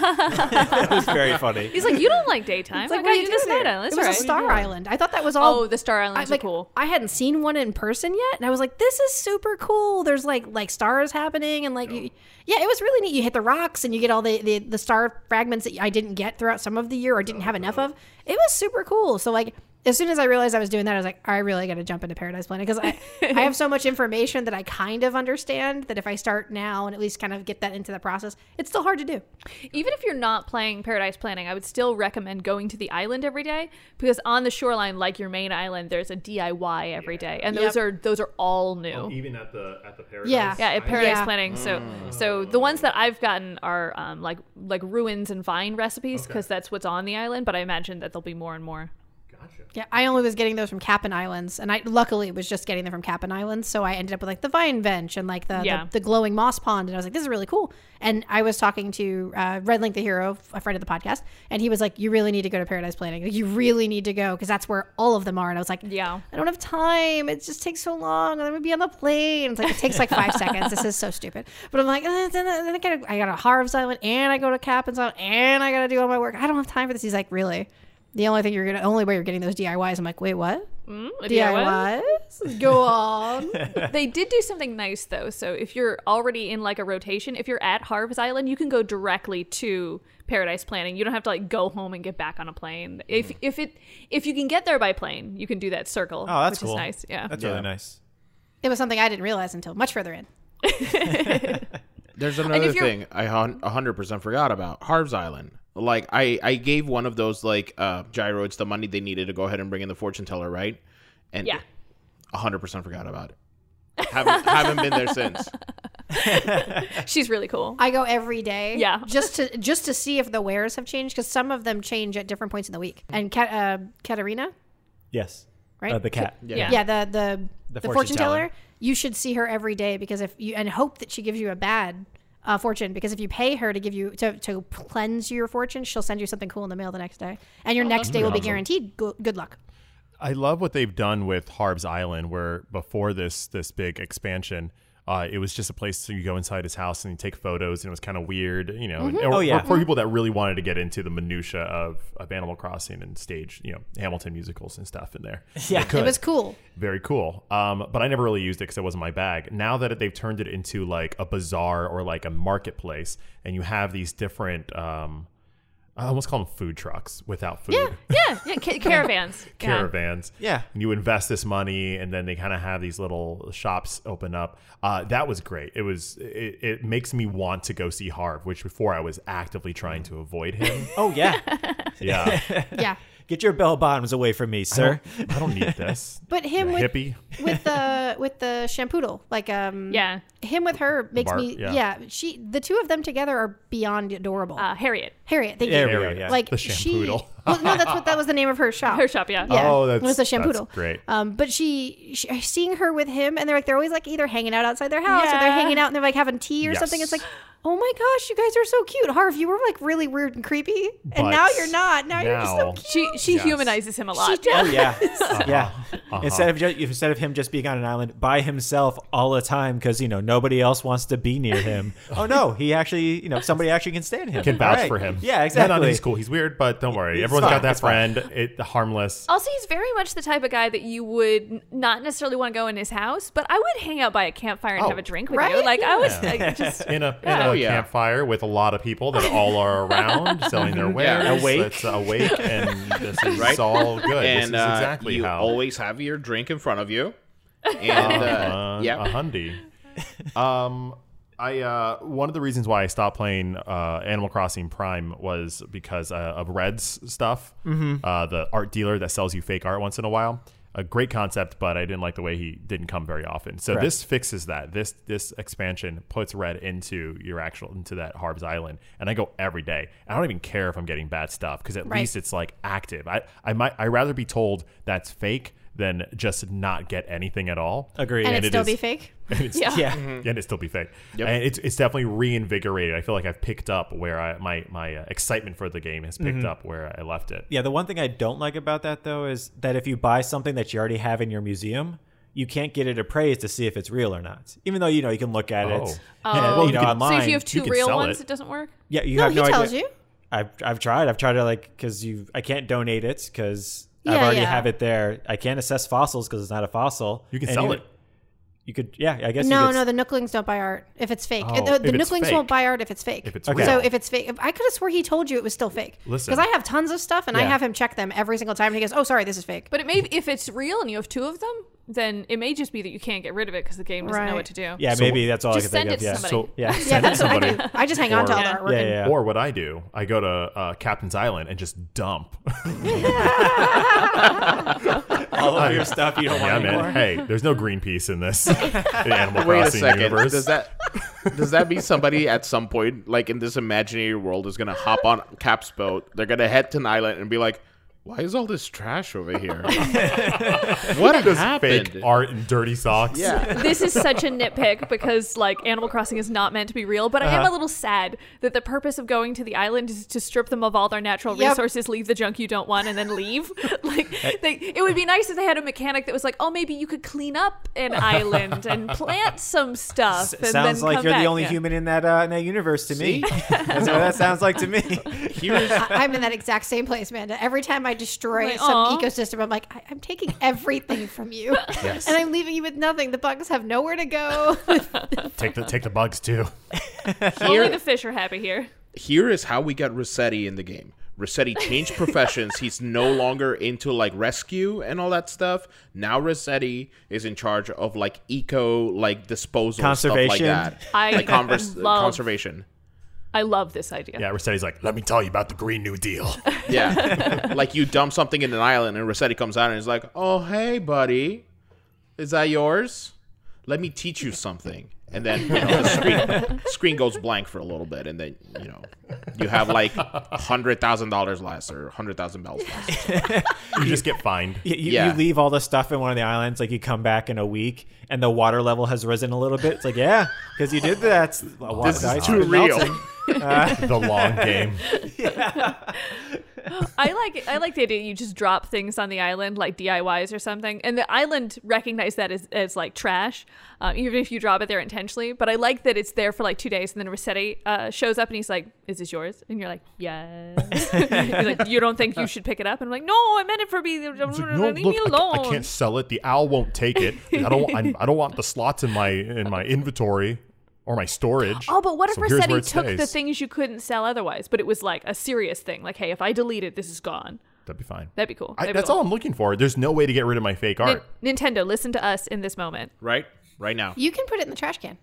S4: That was very funny.
S2: He's like, you don't like daytime.
S6: It's like,
S2: I
S6: what
S2: got
S6: are you
S2: you this
S6: doing
S2: night
S6: there?
S2: island.
S6: It
S2: That's
S6: was a
S2: all right.
S6: star island. I thought that was all.
S2: Oh, the Star
S6: I,
S2: Islands
S6: like,
S2: are cool.
S6: I hadn't seen one in person yet, and I was like, "This is super cool." There's like like stars happening, and like, you, yeah, it was really neat. You hit the rocks, and you get all the, the the star fragments that I didn't get throughout some of the year or
S2: Oh,
S6: didn't have enough of. It was super cool. So like, as soon as I realized I was doing that, I was like, "I really got to jump into Paradise Planet" because I I have so much information that I kind of understand that if I start now and at least kind of get that into the process, it's still hard to do.
S2: Even if you're not playing Paradise Planning, I would still recommend going to the island every day because on the shoreline, like your main island, there's a DIY every day, and those
S6: Yep.
S2: are those are all new.
S3: Oh, Even at the at the paradise.
S6: Yeah.
S2: Yeah, at Paradise
S6: Yeah.
S2: Planning. So so the ones that I've gotten are um, like like ruins and vine recipes because that's what's on the island. But I imagine that there'll be more and more.
S3: Gotcha.
S6: Yeah, I only was getting those from Cap'n Islands, and I luckily was just getting them from Cap'n Islands. So I ended up with like the vine bench and like the, the-
S2: Yeah.
S6: the, glowing moss pond, and I was like, this is really cool. And I was talking to uh, Red Link the hero, a friend of the podcast, and he was like, you really need to go to Paradise Planning. Like, you really need to go because that's where all of them are. And I was like,
S2: Yeah.
S6: I don't have time. It just takes so long. I'm gonna be on the plane. It's like it takes like five seconds. This is so stupid. But I'm like, eh, then, then I gotta I gotta Harv's Island and I go to Captain's Island and I gotta do all my work. I don't have time for this. He's like, really? The only thing you're gonna only way you're getting those DIYs. I'm like, wait, what?
S2: Mm, a
S6: DIYs? Go on.
S2: They did do something nice though. So if you're already in like a rotation, if you're at Harv's Island, you can go directly to Paradise Planning. You don't have to like go home and get back on a plane. If if it if you can get there by plane, you can do that circle.
S4: Oh, that's
S2: which
S4: cool.
S2: is nice. Yeah.
S4: That's
S5: Yeah.
S4: really nice.
S6: it was something I didn't realize until much further in.
S5: There's another
S2: you're-
S5: thing I hun- 100% forgot about Harv's Island. Like I I gave one of those like uh gyroids the money they needed to go ahead and bring in the fortune teller, right? And
S2: Yeah.
S5: 100% forgot about it. haven't haven't been there since.
S2: She's really cool.
S6: I go every day.
S2: Yeah.
S6: Just to just to see if the wares have changed because some of them change at different points in the week. And Kat, uh, Katarina,
S4: Yes.
S6: Right?
S4: Uh, the cat.
S5: Yeah.
S2: Yeah.
S6: yeah the the,
S4: The
S6: the, fortune,
S4: fortune
S6: teller,
S4: teller.
S6: you should see her every day because if you and hope that she gives you a bad uh, fortune because if you pay her to give you to, to cleanse your fortune she'll send you something cool in the mail the next day and your next day will be guaranteed go- good luck
S3: I love what they've done with Harb's Island, where before this this big expansion, uh, it was just a place to you go inside his house and you take photos, and it was kind of weird, you know. and- or,
S4: Oh,
S3: or
S4: yeah.
S3: for people that really wanted to get into the minutia of of Animal Crossing and stage, you know, Hamilton musicals and stuff in there.
S4: Yeah.
S3: They could.
S6: It was cool.
S3: Very cool. Um, but I never really used it because it wasn't my bag. Now that they've turned it into like a bazaar or like a marketplace, and you have these different, um, I almost call them food trucks without food.
S2: Yeah, yeah, yeah. Ca- caravans. Yeah.
S3: Caravans.
S4: Yeah.
S3: And you invest this money, and then they kind of have these little shops open up. Uh, that was great. It was. It, it makes me want to go see Harv, which before I was actively trying to avoid him.
S4: Oh yeah.
S3: yeah.
S6: Yeah.
S4: Get your bell bottoms away from me, sir.
S3: I don't need this.
S6: But him
S3: The
S6: with
S3: hippie.
S6: with the with the shampoodle, like um
S2: Yeah.
S6: him with her makes
S3: Bart,
S6: me
S3: yeah.
S6: yeah. She the two of them together are beyond adorable.
S2: Uh, Harriet.
S6: Harriet, thank
S4: There
S6: you.
S4: we go. Yeah.
S6: Like
S3: The
S6: she,
S3: shampoodle.
S6: well, no, that's what that was the name of her shop.
S2: Her shop, yeah.
S6: Yeah,
S3: Oh,
S6: it was
S3: that's-
S6: a shampoodle.
S3: that's great.
S6: Um, but she, she, seeing her with him, and they're like, they're always like either hanging out outside their house or they're
S2: Yeah.
S6: hanging out and they're like having tea or something.
S3: Yes.
S6: It's like, oh my gosh, you guys are so cute. Harv, you were like really weird and creepy, and
S3: But
S6: now you're not. Now, you're just so
S3: now-
S6: cute.
S2: She she humanizes him a lot.
S4: Oh yeah, yeah.
S3: Uh-huh.
S4: Instead of just, instead of him just being on an island by himself all the time because you know nobody else wants to be near him. oh no, he actually you know somebody actually can stand him.
S3: can vouch
S4: All right.
S3: for him.
S4: Yeah,
S3: No,
S4: exactly.
S3: no, he's cool. He's weird, but don't worry.
S4: It's
S3: Everyone's
S4: fine.
S3: got that
S4: It's fine.
S3: friend. It
S6: Oh,
S3: harmless.
S2: Also, he's very much the type of guy that you would n- not necessarily want to go in his house, but I would hang out by a campfire and
S3: Oh,
S2: have a drink with you.
S6: right?
S2: Like I was like, just
S3: In a, in
S2: Yeah.
S3: a
S5: Oh, yeah.
S3: campfire with a lot of people that all are around selling their wares.
S4: Awake.
S3: It's awake, and this is
S5: Right?
S3: all good. this
S5: and
S3: is
S5: uh,
S3: exactly
S5: you
S3: how
S5: always have your drink in front of you. And uh,
S3: uh,
S5: yeah,
S3: a hundy. Um, I uh, one of the reasons why I stopped playing uh, Animal Crossing Prime was because uh, of Red's stuff, uh, the art dealer that sells you fake art once in a while. A great concept, but I didn't like the way he didn't come very often. So this fixes that. This this expansion puts Red into your actual into that Harb's Island, and I go every day. I don't even care if I'm getting bad stuff because at
S6: Right.
S3: least it's like active. I I might I rather be told that's fake than just not get anything at all
S4: Agreed.
S6: and
S3: And
S6: it
S3: it
S6: still
S3: is-
S6: be fake.
S3: and it's,
S2: Yeah.
S4: yeah.
S6: Mm-hmm.
S3: and it'd still be fake. And it's, it's definitely reinvigorated. I feel like I've picked up where I, my my uh, excitement for the game has picked up where I left it.
S4: Yeah, the one thing I don't like about that though is that if you buy something that you already have in your museum, you can't get it appraised to see if it's real or not. Even though you know you can look at
S3: Oh.
S4: it, and,
S3: Well,
S4: you
S3: you
S4: know,
S3: can-
S4: online.
S2: so if you have two
S3: can
S2: real
S3: sell
S2: ones,
S3: it.
S2: it. doesn't work.
S4: yeah, you
S6: No,
S4: have
S6: he
S4: no idea.
S6: tells you.
S4: I've I've tried. I've tried to like because you I can't donate it because I've
S6: Yeah,
S4: already
S6: yeah.
S4: have it there. I can't assess fossils because it's not a fossil.
S3: You can
S4: And
S3: sell it.
S4: You could yeah. I guess
S6: No,
S4: you could,
S6: no, the Nooklings don't buy art if it's fake.
S3: Oh,
S6: the the
S3: if it's
S6: Nooklings
S3: fake.
S6: won't buy art if it's fake.
S3: If it's
S4: Okay.
S6: So
S3: real.
S6: if it's fake, if, I could have swore he told you it was still fake.
S3: Listen.
S6: because I have tons of stuff and I
S4: Yeah.
S6: have him check them every single time, and he goes, "Oh, sorry, this is fake."
S2: But it may if it's real and you have two of them, then it may just be that you can't get rid of it because the game doesn't know
S6: Right.
S2: what to do.
S4: yeah.
S3: So
S4: maybe that's all
S2: just
S4: I could
S2: send
S4: think
S2: it to
S4: of. Yeah.
S2: somebody.
S3: So
S4: yeah.
S6: yeah,
S3: send it
S6: that's
S3: to
S6: what I
S3: somebody.
S6: do. I just hang on to all the
S2: Yeah.
S6: artwork.
S4: yeah,
S6: and-
S4: yeah, yeah.
S3: Or what I do, I go to uh, Captain's Island and just dump.
S4: all of your stuff you don't
S3: yeah,
S4: want
S3: man.
S4: anymore.
S3: Hey, there's no Greenpeace in this in Animal
S5: wait a
S3: Crossing
S5: second.
S3: universe.
S5: Does that does that mean somebody at some point, like in this imaginary world, is gonna hop on Cap's boat? They're gonna head to an island and be like, "Why is all this trash over here? what happened?"
S3: fake art and dirty socks.
S5: Yeah.
S2: this is such a nitpick because like Animal Crossing is not meant to be real, but I
S4: Uh-huh.
S2: am a little sad that the purpose of going to the island is to strip them of all their natural
S6: Yep.
S2: resources, leave the junk you don't want, and then leave. like they, it would be nice if they had a mechanic that was like, oh, maybe you could clean up an island and plant some stuff. and
S4: sounds
S2: then
S4: like
S2: come
S4: you're
S2: back."
S4: the only
S2: Yeah.
S4: human in that uh, in that universe to me. That's what that sounds like to me.
S6: I- I'm in that exact same place, Amanda. Every time I destroy
S2: Like, aw.
S6: some ecosystem, I'm like, I- I'm taking everything from you, and I'm leaving you with nothing. The bugs have nowhere to go.
S3: Take the take the bugs too.
S2: Only
S5: Here-
S2: the fish are happy here.
S5: here is how we got Rossetti in the game. Rossetti changed professions. He's no longer into like rescue and all that stuff. Now Rossetti is in charge of like eco, like disposal
S4: Conservation.
S5: stuff like that.
S2: I
S5: like uh, convers-
S2: love-
S5: conservation.
S2: I love this idea.
S3: Yeah, Rossetti's like, let me tell you about the Green New Deal.
S5: Yeah, like you dump something in an island, and Rossetti comes out and is like, "Oh hey, buddy, is that yours? Let me teach you something." And then you know, the screen screen goes blank for a little bit, and then you know you have like hundred thousand dollars less or hundred thousand bells less.
S3: you just get fined.
S4: You, you,
S5: Yeah.
S4: you leave all the stuff in one of the islands, like you come back in a week, and the water level has risen a little bit. It's like, yeah, because you did that. It's- a lot of
S5: This
S4: ice has
S5: is too
S4: been
S5: real.
S4: melting.
S3: the long game.
S2: I like I like the idea you just drop things on the island like DIYs or something, and the island recognized that as, as like trash, uh, even if you drop it there intentionally. But I like that it's there for like two days, and then Rossetti uh, shows up and he's like, "Is this yours?" And you're like, "Yes." he's like, "You don't think you should pick it up?" And I'm like, "No, I meant it for me.
S3: It's like, no,
S2: Leave
S3: look,
S2: me
S3: I-
S2: alone."
S3: I, can't sell it. The owl won't take it. I don't. I, I don't want the slots in my in my inventory or my storage.
S2: Oh, but what if
S3: So here's where
S2: Rossetti
S3: it
S2: took the
S3: stays.
S2: things you couldn't sell otherwise, but it was like a serious thing? Like, hey, if I delete it, this is gone.
S3: That'd be fine.
S2: That'd be cool.
S3: I,
S2: That'd be
S3: that's
S2: cool.
S3: all I'm looking for. There's no way to get rid of my fake
S2: Nin-
S3: art.
S2: Nintendo, listen to us in this moment.
S5: right? Right now.
S6: You can put it in the trash can.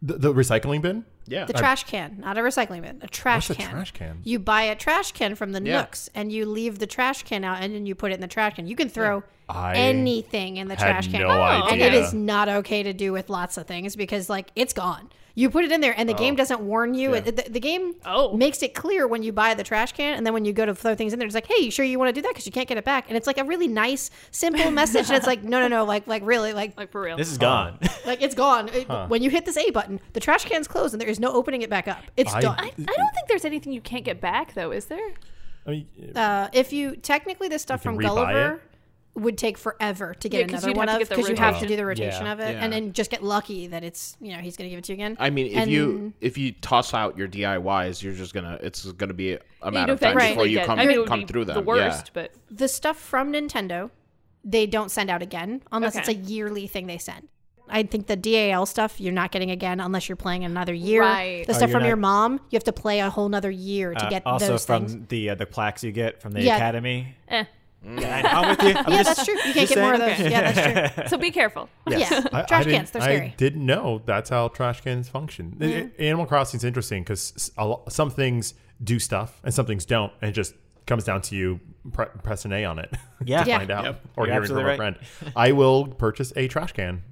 S3: The, the recycling bin.
S5: Yeah.
S6: The trash can, not a recycling bin, a trash
S3: What's a
S6: can.
S3: trash can?
S6: You buy a trash can from the
S5: Yeah.
S6: Nooks and you leave the trash can out and then you put it in the trash can. You can throw
S3: I
S6: anything in the
S3: had
S6: trash can. Oh,
S3: no idea.
S6: And it is not okay to do with lots of things because like it's gone. You put it in there and the
S3: Oh.
S6: game doesn't warn you. It- the, the game
S2: Oh.
S6: makes it clear when you buy the trash can and then when you go to throw things in there, it's like, hey, you sure you want to do that? Because you can't get it back. And it's like a really nice, simple message. and it's like, no, no, no, like, like really, like,
S2: Like, for real.
S4: This is gone.
S6: like it's gone. It- When you hit this A button, the trash can's closed and there is no opening it back up. It's
S3: I-
S6: done.
S2: I, I don't think there's anything you can't get back, though, is there?
S3: I mean,
S6: Uh, if you technically the stuff
S3: can
S6: from
S3: rebuy
S6: Gulliver would take forever to get
S2: Yeah, 'cause
S6: another
S2: you'd
S6: one
S2: have to get
S6: of
S2: the
S6: because you
S2: rotation.
S6: have to do the rotation
S4: Yeah.
S6: of it,
S5: Yeah.
S6: and then just get lucky that it's you know he's gonna give it to you again.
S5: I mean, if
S6: And-
S5: you if you toss out your DIYs, you're just gonna it's gonna be a matter of
S2: You'd
S5: time
S2: eventually
S5: before you
S2: get-
S5: come
S2: I mean, it would
S5: come
S2: be
S5: through them.
S2: The worst, but
S6: the stuff from Nintendo, they don't send out again unless
S2: Okay.
S6: it's a yearly thing they send. I think the DAL stuff you're not getting again unless you're playing another year.
S2: Right.
S6: The
S2: Oh,
S6: stuff
S4: you're
S6: from
S4: not-
S6: your mom, you have to play a whole nother year to
S4: Uh,
S6: get
S4: also
S6: those
S4: from
S6: things.
S4: the uh, the plaques you get from the
S6: Yeah.
S4: academy.
S2: eh.
S4: Yeah, I- I'm with you. I'm
S6: Yeah,
S4: just-
S6: that's true. You can't
S4: just
S6: get more of
S4: saying.
S6: those. Yeah, that's true.
S2: So be careful.
S6: Yeah,
S3: I- I
S6: trash
S3: didn't-
S6: cans, they're scary.
S3: I didn't know that's how trash cans function. I- I- Animal Crossing's interesting because some things do stuff and some things don't, and it just comes down to you pre- pressing A on it
S4: Yeah.
S3: to
S6: Yeah.
S3: find out
S5: Yep.
S3: or
S4: You're
S3: hearing from
S4: absolutely
S3: a friend. I will purchase a trash can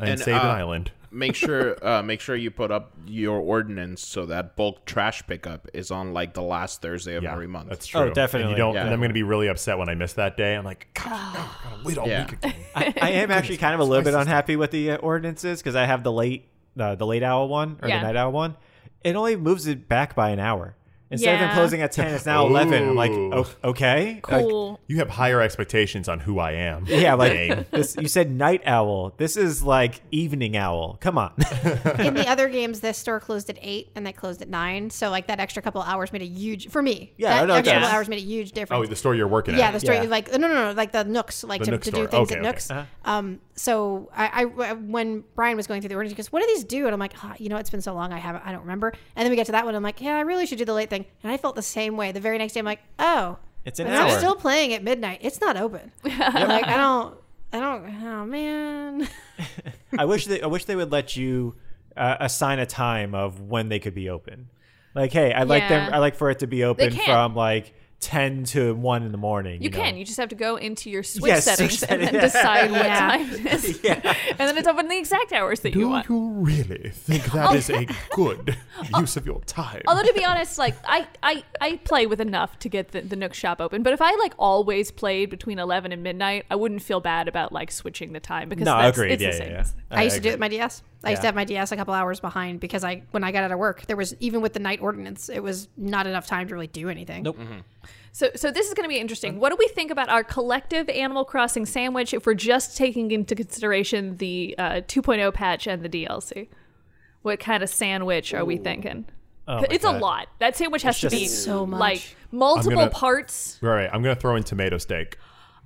S3: and,
S5: And,
S3: save
S5: uh,
S3: an island.
S5: make sure uh, make sure you put up your ordinance so that bulk trash pickup is on like the last Thursday of
S3: Yeah,
S5: every month.
S3: That's true.
S4: Oh,
S3: And,
S4: definitely.
S3: you don't,
S5: Yeah.
S3: and I'm going to be really upset when I miss that day. I'm like, God, I gotta wait all
S5: Yeah.
S3: week again.
S4: I, I am actually kind of a little bit unhappy with the uh, ordinances because I have the late uh, the late owl one or
S2: Yeah.
S4: the night owl one. It only moves it back by an hour. Instead of
S2: Yeah.
S4: it closing at ten, it's now eleven. I'm like,
S3: Ooh.
S4: o- okay, Like,
S2: Cool.
S3: You have higher expectations on who I am.
S4: yeah,
S3: Game.
S4: like this, you said night owl. This is like evening owl. Come on.
S6: in the other games, this store closed at eight and they closed at nine. So like that extra couple hours made a huge for me.
S4: Yeah, I
S6: that
S4: know it
S6: extra
S4: does.
S6: couple hours made a huge
S3: Oh,
S6: difference.
S3: the store you're working
S6: yeah,
S3: at.
S6: the story
S4: Yeah.
S6: like no, no, no, like the Nooks, like
S3: The
S6: to,
S3: Nook
S6: to
S3: store.
S6: do things
S3: Okay,
S6: at
S3: okay. Uh-huh.
S6: Nooks. Um, so I, I- when Brian was going through the orders, he goes, "What do these do?" And I'm like, Ah, "You know, it's been so long, I haven't, I don't remember." And then we get to that one, I'm like, "Yeah, I really should do the late thing." And I felt the same way. The very next day, I'm like, "Oh,
S4: It's an
S6: but I'm
S4: hour.
S6: still playing at midnight. It's not open. Like I don't, I don't. Oh man."
S4: I wish they I wish they would let you uh, assign a time of when they could be open. Like, hey, I like them.
S2: Yeah.
S4: I like for it to be open
S2: can.
S4: from like ten to one in the morning.
S2: You
S4: know?
S2: can. You just have to go into your Switch
S4: Yes,
S2: settings
S4: Switch
S2: and then
S4: settings.
S2: decide what
S6: Yeah.
S2: time it is. And then it's open the exact hours that
S3: Do
S2: you
S3: you,
S2: want.
S3: really think that is a good use of your time?
S2: Although to be honest, like I, I, I play with enough to get the, the Nook shop open. But if I like always played between eleven and midnight, I wouldn't feel bad about like switching the time because
S4: No,
S2: that's,
S4: agreed.
S2: It's
S4: yeah,
S2: the
S4: yeah,
S2: same.
S4: yeah.
S6: I, used to do it with my DS. I
S4: Yeah.
S6: used to have my DS a couple hours behind because I, when I got out of work, there was even with the night ordinance, it was not enough time to really do anything.
S4: Nope.
S2: So, so this is going to be interesting. What do we think about our collective Animal Crossing sandwich if we're just taking into consideration the uh, 2.0 patch and the DLC? What kind of sandwich are we thinking?
S4: my
S2: it's a
S4: God.
S2: lot. That sandwich has to
S4: just-
S2: be
S6: So much.
S2: like multiple
S3: gonna-
S2: parts.
S3: All right, I'm gonna throw in tomato steak.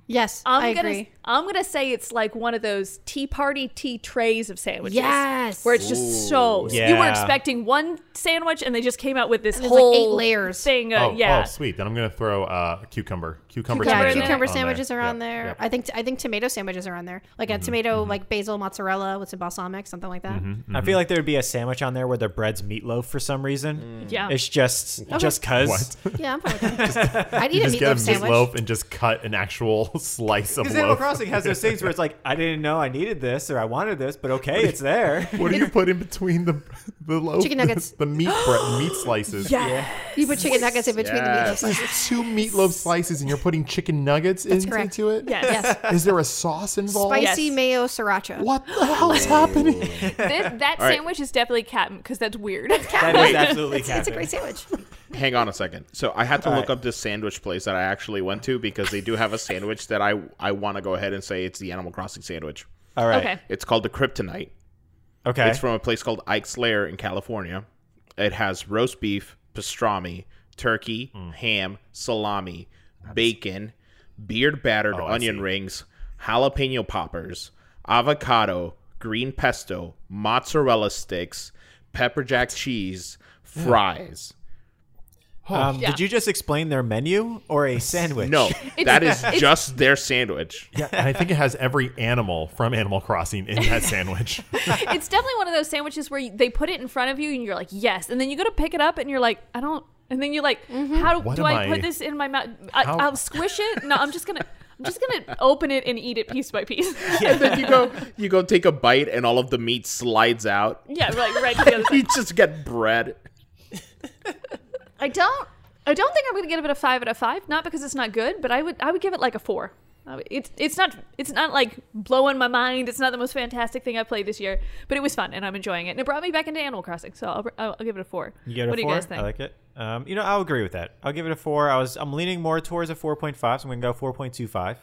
S6: Yes, i
S2: I'm gonna
S6: agree.
S2: I'm gonna say it's like one of those tea party tea trays of sandwiches.
S6: Yes.
S2: where it's just so you were
S4: Yeah.
S2: expecting one sandwich and they just came out with this
S6: there's, like,
S2: whole
S6: eight layers.
S2: thing. Uh,
S3: oh,
S2: yeah,
S3: oh, sweet. Then I'm gonna throw uh, cucumber, cucumber,
S2: Cucumber
S6: Yeah,
S3: sandwiches
S2: in there.
S6: cucumber
S3: on there.
S6: sandwiches are
S3: Yep,
S6: on there.
S3: yep. Mm-hmm.
S6: I think I think tomato sandwiches are on there, like a tomato, like basil, mozzarella with some balsamic, something like that.
S3: Mm-hmm.
S4: I feel like there would be a sandwich on there where the bread's meatloaf for some reason.
S2: Yeah.
S6: Mm.
S4: It's just just cuz.
S6: Yeah, I'm fine with that. I'd eat
S3: You
S6: a
S3: just get a
S6: meatloaf sandwich.
S3: meatloaf and just cut an actual slice of
S4: Because Animal
S3: loaf.
S4: Crossing has those things where it's like, I didn't know I needed this or I wanted this, but okay, it's there.
S3: What do you put in between the the loaf?
S6: Chicken nuggets.
S3: The meat bre- meat slices. Yeah.
S6: You put chicken nuggets in between
S5: Yes.
S6: the meatloaf. slices.
S3: Two meatloaf slices, and you're putting chicken nuggets in,
S6: correct.
S3: into it.
S2: Yes.
S6: Yes,
S3: Is there a sauce involved?
S6: spicy
S2: Yes.
S6: mayo sriracha.
S3: What the hell is happening?
S2: Thi- that
S5: right.
S2: sandwich is definitely Captain because that's weird.
S4: That is absolutely
S6: It's, it's a
S4: capping.
S6: great sandwich.
S5: Hang on a second. So I had to
S4: right.
S5: look up this sandwich place that I actually went to because they do have a sandwich that I I want to go ahead and say it's the Animal Crossing sandwich.
S4: All right.
S2: Okay.
S5: It's called the Kryptonite.
S4: Okay.
S5: It's from a place called Ike's Lair in California. It has roast beef, pastrami, turkey,
S3: Hmm.
S5: ham, salami, bacon, beard battered
S3: Oh,
S5: onion rings, jalapeno poppers, avocado, green pesto, mozzarella sticks, pepper jack cheese, fries.
S4: um,
S2: Yeah.
S4: Did you just explain their menu or a sandwich?
S5: No, that is
S2: it's-
S5: just their sandwich.
S3: Yeah, and I think it has every animal from Animal Crossing in that sandwich.
S2: it's definitely one of those sandwiches where you, they put it in front of you and you're like, yes. And then you go to pick it up and you're like, I don't. And then you're like, how
S3: What
S2: do
S3: am
S2: I, put
S3: I-
S2: this in my mouth? I,
S3: How-
S2: I'll squish it. No, I'm just gonna. I'm just gonna open it and eat it piece by piece.
S5: And then you go, you go take a bite, and all of the meat slides out.
S2: yeah, like right to the other side.
S5: You just get bread.
S2: I don't. I don't think I'm going to give it a five out of five. Not because it's not good, but I would. I would give it like a four. I would- It's it's not it's not like blowing my mind. It's not the most fantastic thing I played this year, but it was fun and I'm enjoying it. And it brought me back into Animal Crossing, so I'll, I'll, I'll give it a four.
S4: You get a
S2: what do
S4: four.
S2: you guys think?
S4: I like it. Um, you know, I'll agree with that. I'll give it a four. I was I'm leaning more towards a four point five, so I'm gonna go four point two five.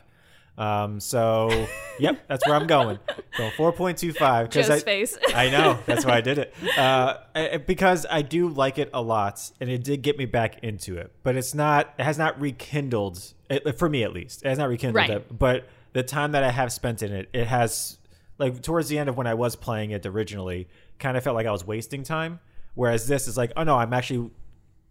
S4: Um, so yep, that's where I'm going. Going four point two five
S2: Joe's
S4: I,
S2: face.
S4: I know that's why I did it uh, I- I- because I do like it a lot, and it did get me back into it. But it's not. It has not rekindled it, for me, at least. It has not rekindled
S2: Right.
S4: it. But the time that I have spent in it, it has like towards the end of when I was playing it originally, kind of felt like I was wasting time. Whereas this is like, oh no, I'm actually.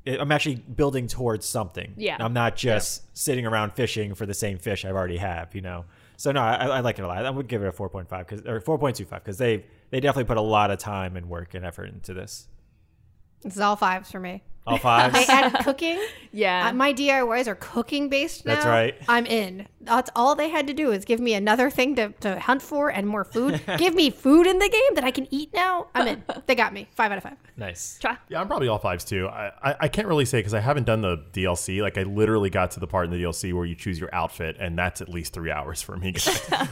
S4: I'm actually building towards something.
S2: Yeah.
S4: I'm not just sitting around fishing for the same fish I've already have, you know. So no, I, I like it a lot. I would give it a four point five because or four point two five because they they definitely put a lot of time and work and effort into this.
S6: It's all fives for me.
S4: All fives.
S6: They added cooking.
S2: yeah,
S6: Uh, my DIYs are cooking based now.
S4: That's right.
S6: I'm in. That's all they had to do is give me another thing to, to hunt for and more food. give me food in the game that I can eat now. I'm in. They got me. Five out of five.
S4: nice.
S2: Try.
S3: yeah, I'm probably all fives too. I, I, I can't really say because I haven't done the DLC. Like I literally got to the part in the DLC where you choose your outfit, and that's at least three hours for me.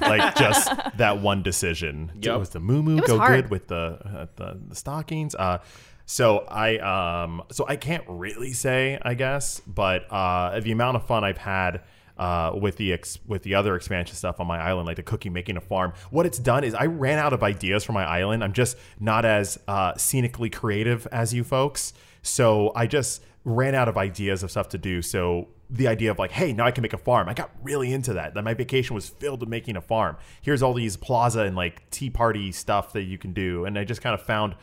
S3: like just that one decision.
S5: Yep.
S3: Was the moo moo
S6: was
S3: go
S6: hard.
S3: good with the, uh, the the stockings? Uh, so I um so I can't really say I guess, but uh, the amount of fun I've had. Uh, with the ex- with the other expansion stuff on my island, like the cookie making a farm, what it's done is I ran out of ideas for my island. I'm just not as uh, scenically creative as you folks, so I just ran out of ideas of stuff to do. So the idea of like, hey, now I can make a farm. I got really into that. That my vacation was filled with making a farm. Here's all these plaza and like tea party stuff that you can do, and I just kind of found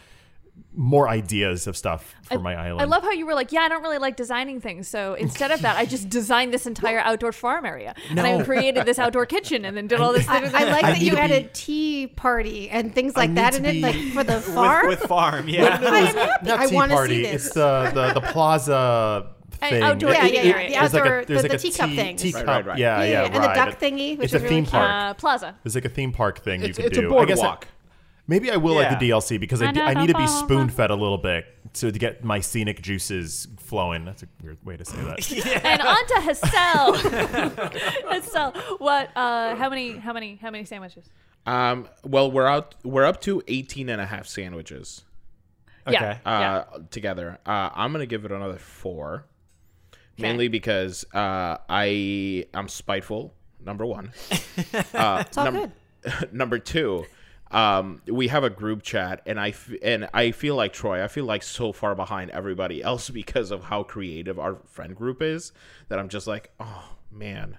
S3: more ideas of stuff for my island.
S2: I love how you were like, yeah, I don't really like designing things, so instead of that, I just designed this entire outdoor farm area and I
S3: No.
S2: created this outdoor kitchen and then did all this.
S6: I, I like
S3: I
S6: that
S3: need
S6: you
S3: to
S6: added
S3: be-
S6: tea party and things like
S3: need
S6: that
S3: to
S6: in it,
S3: be-
S6: like for the farm.
S4: With farm, yeah.
S6: I am happy.
S3: not
S6: I
S3: tea
S6: want to
S3: party.
S6: see this.
S3: It's the the, the plaza
S2: An
S3: thing.
S2: outdoor
S3: It-
S2: Yeah,
S3: it-
S2: yeah,
S3: it-
S2: yeah, yeah.
S3: there's like a-
S6: Outdoor-
S3: there's
S6: the-
S3: like
S6: the
S3: a
S6: teacup
S3: tea-
S6: things.
S3: teacup,
S5: Right, right, right.
S3: Yeah,
S6: Yeah,
S3: yeah,
S6: yeah, and the
S3: right.
S6: duck thingy, which
S3: it's
S6: is
S3: a
S6: really
S3: theme
S6: cute.
S3: park.
S2: uh, plaza.
S3: It's like a theme park thing
S5: It's,
S3: you can
S5: it's a
S3: do. I guess I-
S5: boardwalk.
S3: Maybe I will like the
S4: Yeah.
S3: DLC because I, d- I need to be spoon fed a little bit to get my scenic juices flowing. That's a weird way to say that.
S2: and on to Hassel. Hassel, what? Uh, how many? How many? How many sandwiches?
S5: Um, well, we're out. We're up to 18 and a half sandwiches
S2: Yeah.
S4: Okay.
S5: uh, together. Uh, I'm gonna give it another four,
S2: Okay.
S5: mainly because uh, I I'm spiteful. Number one.
S6: It's all
S2: Oh,
S5: Num-
S6: good.
S5: number two. Um, we have a group chat, and I f- and I feel like Troy. I feel like so far behind everybody else because of how creative our friend group is. That I'm just like, oh man,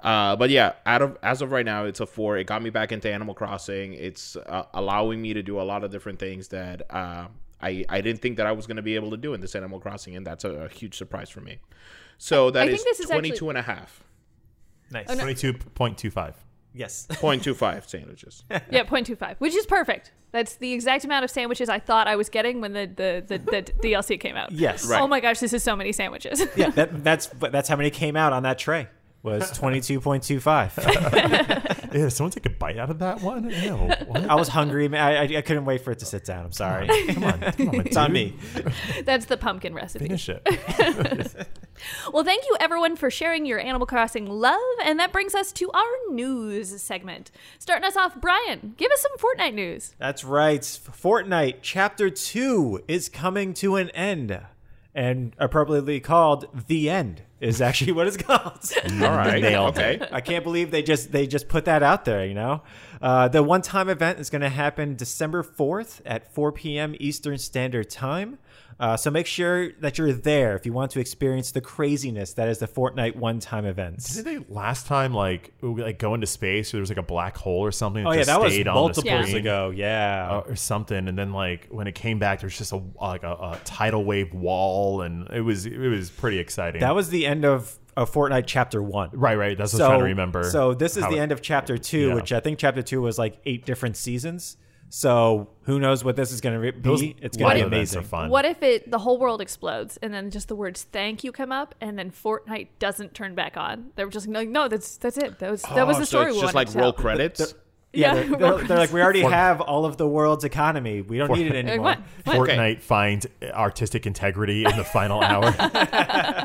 S5: Uh, but yeah, out of as of right now, it's a four. It got me back into Animal Crossing. It's uh, allowing me to do a lot of different things that uh, I I didn't think that I was going to be able to do in this Animal Crossing, and that's a, a huge surprise for me. So that
S2: think
S5: is
S2: this is actually-
S5: 22 and a half,
S2: Oh,
S4: Nice.
S3: Twenty two point two five.
S4: Yes.
S5: 0.25 sandwiches.
S2: Yeah, 0.25, which is perfect. That's the exact amount of sandwiches I thought I was getting when the the, the, the DLC came out.
S4: Yes.
S2: Oh my gosh, this is so many sandwiches.
S4: Yeah. That, that's but that's how many came out on that tray was twenty two point two five.
S3: Ew, someone take a bite out of that one. Ew, what?
S4: I was hungry. man. I, I I couldn't wait for it to sit down. I'm sorry.
S3: Come on, come on,
S4: It's on me.
S2: That's the pumpkin recipe.
S3: Finish it.
S2: Well, thank you everyone for sharing your Animal Crossing love, and that brings us to our news segment. Starting us off, Brian, give us some Fortnite news.
S4: That's right. Fortnite Chapter 2 is coming to an end. and appropriately called the end is actually what it's called.
S5: All right.
S3: Nailed
S5: okay.
S3: it.
S4: I can't believe they just they just put that out there. You know, uh, the one time event is going to happen December fourth at four p.m. Eastern Standard Time. Uh, so make sure that you're there if you want to experience the craziness that is the Fortnite one time event.
S3: Didn't they last time like ooh, like go into space or there was like a black hole or something?
S4: Oh yeah,
S3: just
S4: that was
S3: stayed on the
S4: multiples
S3: screen?
S4: ago. Yeah.
S3: Uh, or something, and then like when it came back, there's just a like a, a tidal wave wall, and it was it was pretty exciting.
S4: That was the end of, of Fortnite Chapter One.
S3: right, right. That's what
S4: so,
S3: I was trying to remember.
S4: So this is
S3: how
S4: the
S3: it-
S4: end of Chapter Two,
S3: Yeah.
S4: which I think Chapter Two was like eight different seasons. So who knows what this is going to re- be?
S3: Those
S4: it's going to be
S3: live events
S4: amazing.
S3: Are fun.
S2: What if it the whole world explodes and then just the words "thank you" come up and then Fortnite doesn't turn back on? They were just like, no, that's that's it. That was that was
S5: Oh,
S2: the
S5: so
S2: story.
S5: it's
S2: we
S5: just
S2: wanted
S5: like
S2: to
S5: roll
S2: tell.
S5: credits.
S2: Yeah,
S4: Yeah, they're, they're, they're like we already
S3: Fort-
S4: have all of the world's economy. We don't need it
S2: Like,
S4: anymore.
S2: what? What?
S3: Fortnite finds artistic integrity in the final hour?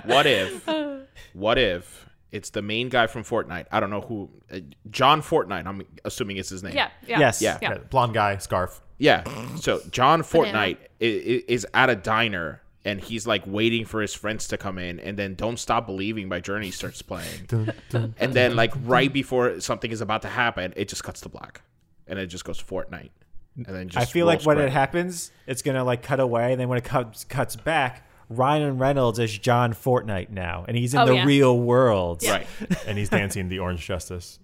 S5: What if? What if it's the main guy from Fortnite? I don't know who. Uh, John Fortnite. I'm assuming it's his name.
S2: Yeah. Yeah.
S4: Yes.
S5: Yeah.
S2: Yeah.
S3: Blonde guy, scarf.
S5: Yeah. So John Fortnite is, is at a diner and he's like waiting for his friends to come in, and then "Don't Stop Believing" by Journey starts playing, and then like right before something is about to happen, it just cuts to black, and it just goes to Fortnite, and then just
S4: I feel like
S5: rolls
S4: when it
S5: credits.
S4: happens, it's gonna like cut away, and then when it cuts cuts back, Ryan Reynolds is John Fortnite now, and he's in
S2: Oh,
S4: the
S2: yeah.
S4: real world.
S5: right.
S3: and he's dancing the Orange Justice.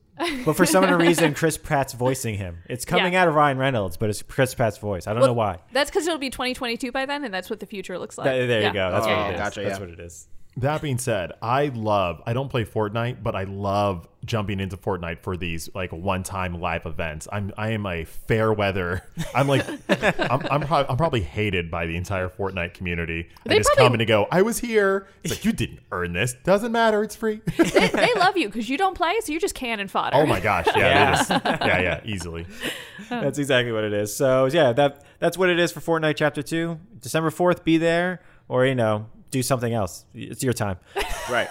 S4: But for some reason, Chris Pratt's voicing him. It's coming
S2: Yeah.
S4: out of Ryan Reynolds, but it's Chris Pratt's voice. I don't know why. Uh,
S2: That's because it'll be 2022 by then, and that's what the future looks like.
S4: Th- there
S2: Yeah.
S4: you go. That's what
S5: Oh,
S4: it is.
S5: gotcha,
S4: That's
S5: yeah.
S4: what it is.
S3: That being said, I love, I don't play Fortnite, but I love jumping into Fortnite for these like one time live events. I'm, I am a fair weather. I'm like, I'm, I'm, prob- I'm probably hated by the entire Fortnite community. They
S2: They
S3: just
S2: probably-
S3: come in and go, I was here. It's like, you didn't earn this. Doesn't matter. It's free.
S2: They, they love you because you don't play, so you're just cannon fodder.
S3: oh my gosh. Yeah.
S4: Yeah.
S3: Yeah. Just, yeah. Yeah. Easily.
S4: That's exactly what it is. So yeah, that that's what it is for Fortnite Chapter Two, December fourth. Be there, or you know, do something else. It's your time.
S5: Right.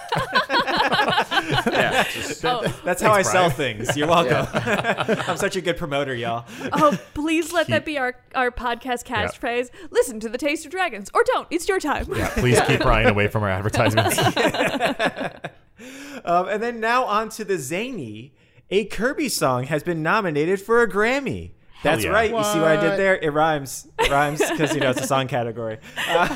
S5: yeah. just-
S2: Oh,
S4: That's how I
S3: Thanks,
S4: sell
S3: Brian.
S4: things. You're welcome. I'm such a good promoter, y'all.
S2: oh, please let that be our, our podcast cast
S3: Yeah.
S2: phrase. Listen to the Taste of Dragons, or don't. It's your time.
S3: Yeah. Please keep Ryan away from our advertisements.
S4: Um, and then now on to the zany. A Kirby song has been nominated for a Grammy. That's
S3: yeah.
S4: right. You see what I did
S5: What?
S4: there? It rhymes. It rhymes because you know it's a song category. Uh,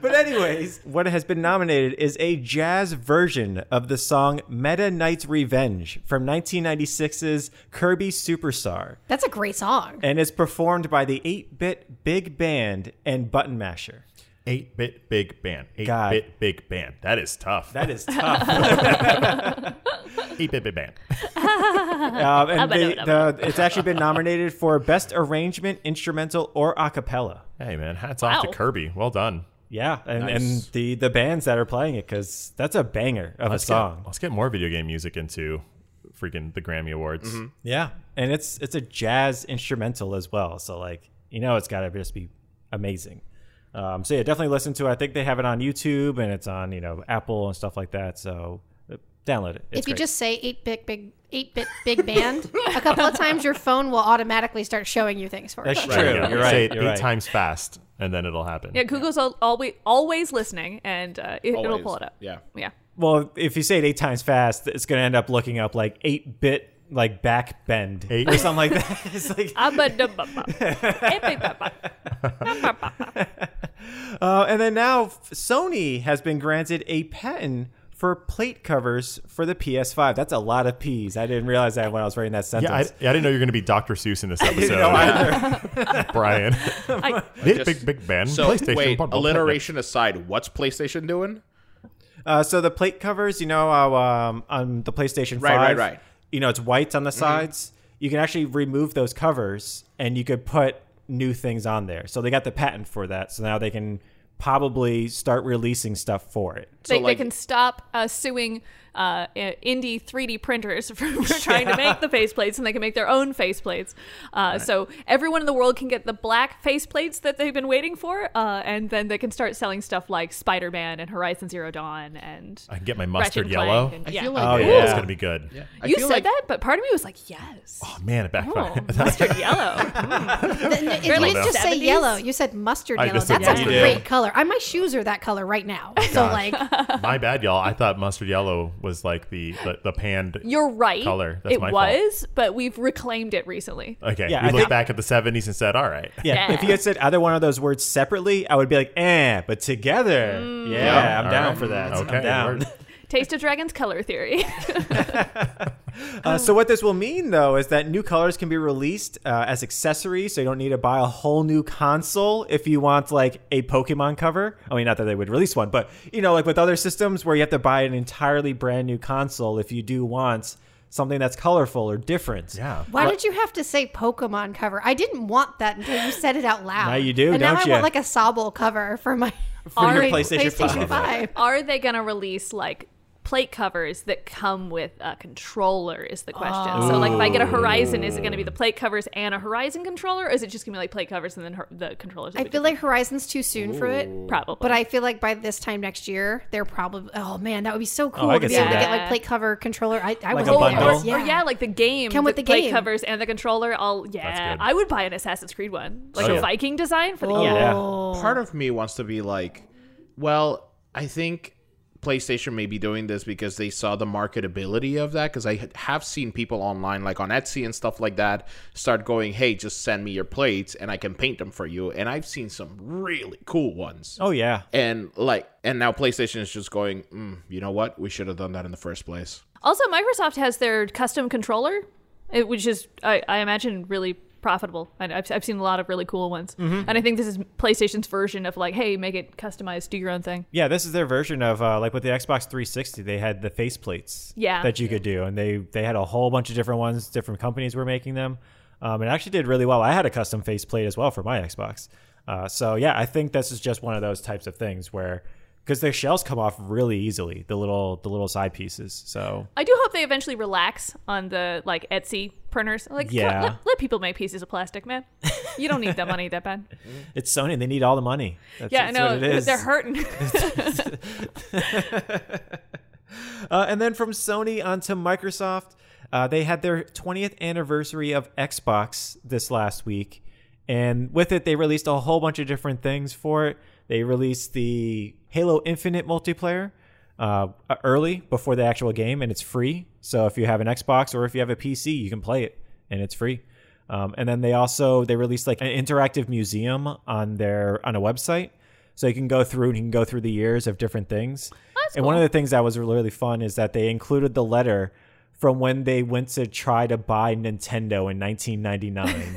S4: but anyways, what has been nominated is a jazz version of the song "Meta Knight's Revenge" from 1996's Kirby Superstar,
S6: That's a great song.
S4: and is performed by the 8-bit Big Band and Button Masher.
S3: Eight bit big band. Eight
S4: God.
S3: bit big band. That is tough.
S4: That is tough.
S3: Eight bit big band.
S4: Um, and
S2: but no,
S4: they-
S2: no,
S4: the- it's actually been nominated for Best Arrangement, Instrumental, or Acapella.
S3: Hey man, hats off
S2: Wow.
S3: to Kirby. Well done.
S4: Yeah, and, and
S5: Nice.
S4: the the bands that are playing it because that's a banger of a
S3: Let's
S4: song.
S3: Get, let's get more video game music into freaking the Grammy Awards.
S4: Yeah, and it's it's a jazz instrumental as well. So like you know, it's got to just be amazing. Um, so yeah, definitely listen to. it. I think they have it on YouTube and it's on you know Apple and stuff like that. So uh, download it. It's
S6: if you
S4: great.
S6: just say eight bit big eight bit big band a couple of times, your phone will automatically start showing you things for
S4: that's
S6: it.
S4: true.
S3: There you go.
S4: You're right.
S3: Say it
S4: you're
S3: eight
S4: right.
S3: times fast, and then it'll happen.
S2: Yeah, Google's al- always always listening, and uh, it, it'll
S5: Always.
S2: pull it up.
S5: Yeah.
S2: yeah.
S4: Well, if you say it eight times fast, it's going to end up looking up like eight bit like back bend
S3: Eight-
S4: or something like that. it's like,
S2: Ah,
S4: uh, and then now f- Sony has been granted a patent for plate covers for the PS5. That's a lot of P's. I didn't realize that when I was writing that
S3: Yeah, I, I
S4: sentence.
S3: didn't know you were going to be Dr. Seuss in this episode,
S4: know either.
S3: Brian.
S2: I,
S3: Eight
S5: Just-
S3: big big band.
S5: So
S3: PlayStation.
S5: wait,
S3: bundle.
S5: alliteration aside, what's PlayStation doing?
S4: Uh, so the plate covers, you know, how, um, on the PlayStation 5,
S5: Right, right, right. Mm-hmm.
S4: you know, it's white on the sides. You can actually remove those covers and you could put new things on there. So they got the patent for that. So now they can probably start releasing stuff for it.
S2: they,
S5: like-
S2: they can stop uh, suing uh, i- indie 3D printers for, for trying to make the faceplates, and they can make their own faceplates. Uh, So everyone in the world can get the black faceplates that they've been waiting for, uh, and then they can start selling stuff like Spider Man and Horizon Zero Dawn and
S3: I can get my
S2: Ratchet
S3: mustard
S2: and
S3: yellow.
S2: Clank and-
S5: I
S2: yeah.
S5: feel like
S4: Oh,
S5: they-
S3: Yeah, it's
S4: Yeah.
S3: gonna be good.
S5: Yeah. I
S2: you
S5: feel
S2: said
S5: like-
S2: that, but part of me was like, yes.
S3: Oh man, it backfired.
S2: Oh, mustard yellow.
S6: Th- n- you
S2: Really
S6: didn't just say
S2: 70s?
S6: yellow. You said mustard
S3: I
S6: yellow.
S3: just said
S6: That's a
S5: mustard
S6: great
S5: yellow.
S6: color. I, my shoes are that color right now.
S4: Oh,
S6: So like,
S3: my bad, y'all. I thought mustard yellow was like the the, the panned.
S2: You're right.
S3: Color. That's
S2: it
S3: my fault. Uh,
S2: was, but we've reclaimed it recently.
S3: okay,
S4: Yeah, I
S3: we looked
S4: think-
S3: back at the '70s and said, "All right,
S4: Yeah.
S2: Yeah.
S4: If you had said either one of those words separately, I would be like, eh, but together. Yeah,
S5: Yeah.
S4: I'm
S3: All
S4: down
S3: right.
S4: for that.
S3: Okay,
S4: I'm down.
S3: word.
S2: Taste of Dragons color theory.
S4: Uh, so what this will mean though is that new colors can be released uh, as accessories, so you don't need to buy a whole new console if you want like a Pokemon cover. I mean, not that they would release one, but you know, like with other systems where you have to buy an entirely brand new console if you do want something that's colorful or different.
S3: yeah."
S6: why did you have to say Pokemon cover? I didn't want that until you said it out loud.
S4: Now you do,
S6: And now
S4: don't
S6: I
S4: ya?
S6: want like a Sobble cover for my
S4: For your
S2: Alright,
S4: PlayStation, 5.
S6: Five.
S2: Are they going to release like plate covers that come with a controller? Is the question. So, like, if I get a Horizon, is it going to be the plate covers and a Horizon controller, or is it just going to be like plate covers and then her- the controllers?
S6: I feel like Horizon's too soon for it.
S2: probably.
S6: But I feel like by this time next year, they're probably. Oh man, that would be so cool
S4: I
S6: to
S4: could
S6: be
S4: see
S6: able to
S2: that.
S6: get like plate cover controller. I, I
S4: Like a
S6: was
S2: Or,
S6: thinking that
S2: or,
S4: bundle?
S6: was-
S2: yeah. like the game,
S6: Come with the
S2: plate
S6: game.
S2: covers and the controller. I'll yeah,
S3: good.
S2: I would buy an Assassin's Creed one, like
S3: Oh,
S2: a
S3: yeah.
S2: Viking design for the
S6: Oh,
S2: game.
S5: part of me wants to be like, well, I think PlayStation may be doing this because they saw the marketability of that. Because I ha- have seen people online, like on Etsy and stuff like that, start going, hey, just send me your plates and I can paint them for you. And I've seen some really cool ones.
S4: Oh yeah.
S5: And like, and now PlayStation is just going, mm, you know what? We should have done that in the first place.
S2: Also, Microsoft has their custom controller, it- which is, I, I imagine, really profitable. And I've, I've seen a lot of really cool ones.
S4: Mm-hmm.
S2: And I think this is PlayStation's version of like, hey, make it customized, do your own thing.
S4: Yeah, this is their version of uh, like with the Xbox 360, they had the face plates
S2: Yeah.
S4: that you could do, and they they had a whole bunch of different ones. Different companies were making them. Um, it actually did really well. I had a custom face plate as well for my Xbox. Uh, so yeah, I think this is just one of those types of things where because their shells come off really easily, the little the little side pieces. So
S2: I do hope they eventually relax on the like Etsy printers. Like, come on,
S4: Yeah.
S2: let, let people make pieces of plastic, man. You don't need that money that bad.
S4: it's Sony; they need all the money. That's,
S2: yeah,
S4: that's
S2: no,
S4: what it is.
S2: they're hurting.
S4: Uh, and then from Sony onto Microsoft, uh, they had their 20th anniversary of Xbox this last week. And with it, they released a whole bunch of different things for it. They released the Halo Infinite multiplayer uh, early before the actual game, and it's free. So if you have an Xbox or if you have a PC, you can play it, and it's free. Um, and then they also they released like an interactive museum on their on a website, so you can go through and you can go through the years of different things. and one of the things that was really fun is that they included the letter from when they went to try to buy Nintendo in 1999.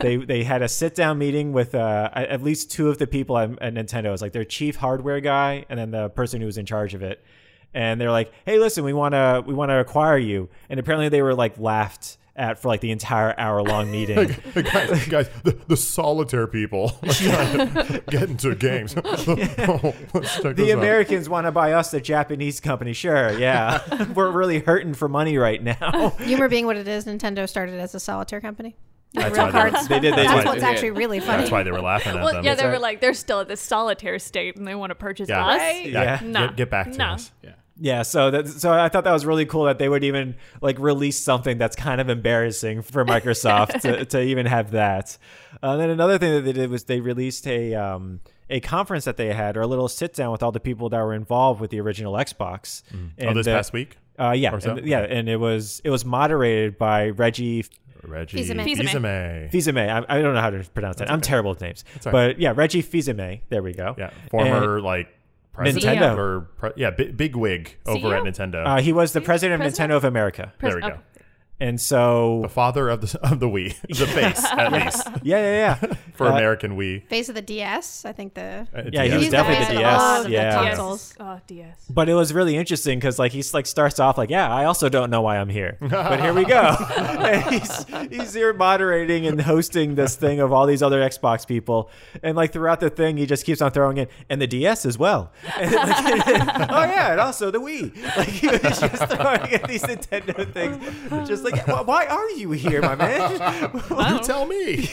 S4: they they had a sit down meeting with uh, a- at least two of the people at, at Nintendo. It was like their chief hardware guy and then the person who was in charge of it. And they're like, "Hey, listen, we want to we want to acquire you." And apparently they were like laughed at for like the entire hour long meeting.
S3: guys, guys the, the solitaire people are trying to get into games. Let's check
S4: the
S3: this out.
S4: Americans want to buy us, the Japanese company. Sure, yeah, we're really hurting for money right now.
S6: Humor being what it is, Nintendo started as a solitaire company.
S3: That's
S6: real
S3: why they-
S6: cards.
S4: They did. They
S6: That's
S3: Right.
S4: did.
S6: what's actually really funny.
S3: That's why they were laughing at
S2: well,
S3: them.
S2: yeah, they were like, they're still at this solitaire state and they want to purchase
S3: Yeah.
S2: us.
S3: Yeah,
S4: Yeah.
S3: Get,
S2: Nah.
S3: get back to
S2: Nah.
S3: us.
S4: Yeah, so that so I thought that was really cool that they would even like release something that's kind of embarrassing for Microsoft to, to even have that. Uh, and then another thing that they did was they released a um, a conference that they had or a little sit down with all the people that were involved with the original Xbox. And
S3: Oh, this
S4: the-
S3: past week,
S4: Uh, yeah,
S3: or so?
S4: and- yeah, and it was it was moderated by Reggie
S3: Reggie
S6: Fizame.
S3: Fizame.
S4: Fizeme. I, I don't know how to pronounce that. I'm terrible with names,
S3: all right.
S4: but yeah, Reggie Fizeme. There we go.
S3: Yeah, former like president
S4: Nintendo.
S3: or pre- yeah, big, big wig over
S2: CEO?
S3: at Nintendo.
S4: Uh, he was the president, of
S2: President?
S4: Nintendo of America.
S3: there we go.
S2: Okay.
S4: And so,
S3: The father of the of the Wii, the face at least
S4: yeah, yeah, yeah.
S3: for
S4: Uh,
S3: American Wii.
S6: Face of the DS, I think the
S3: Uh,
S4: Yeah, he was
S3: DS.
S6: He's the
S4: definitely
S6: face
S4: the
S6: of
S4: DS.
S6: all of the
S4: yeah.
S6: consoles.
S2: Oh, DS.
S4: But it was really interesting because like he's like starts off like, yeah, I also don't know why I'm here, but here we go. and he's he's here moderating and hosting this thing of all these other Xbox people, and like throughout the thing, he just keeps on throwing in and the DS as well. And, like, oh yeah, and also the Wii. Like he was just throwing in these Nintendo things, just like, "Why- why are you here, my man?
S3: You tell me.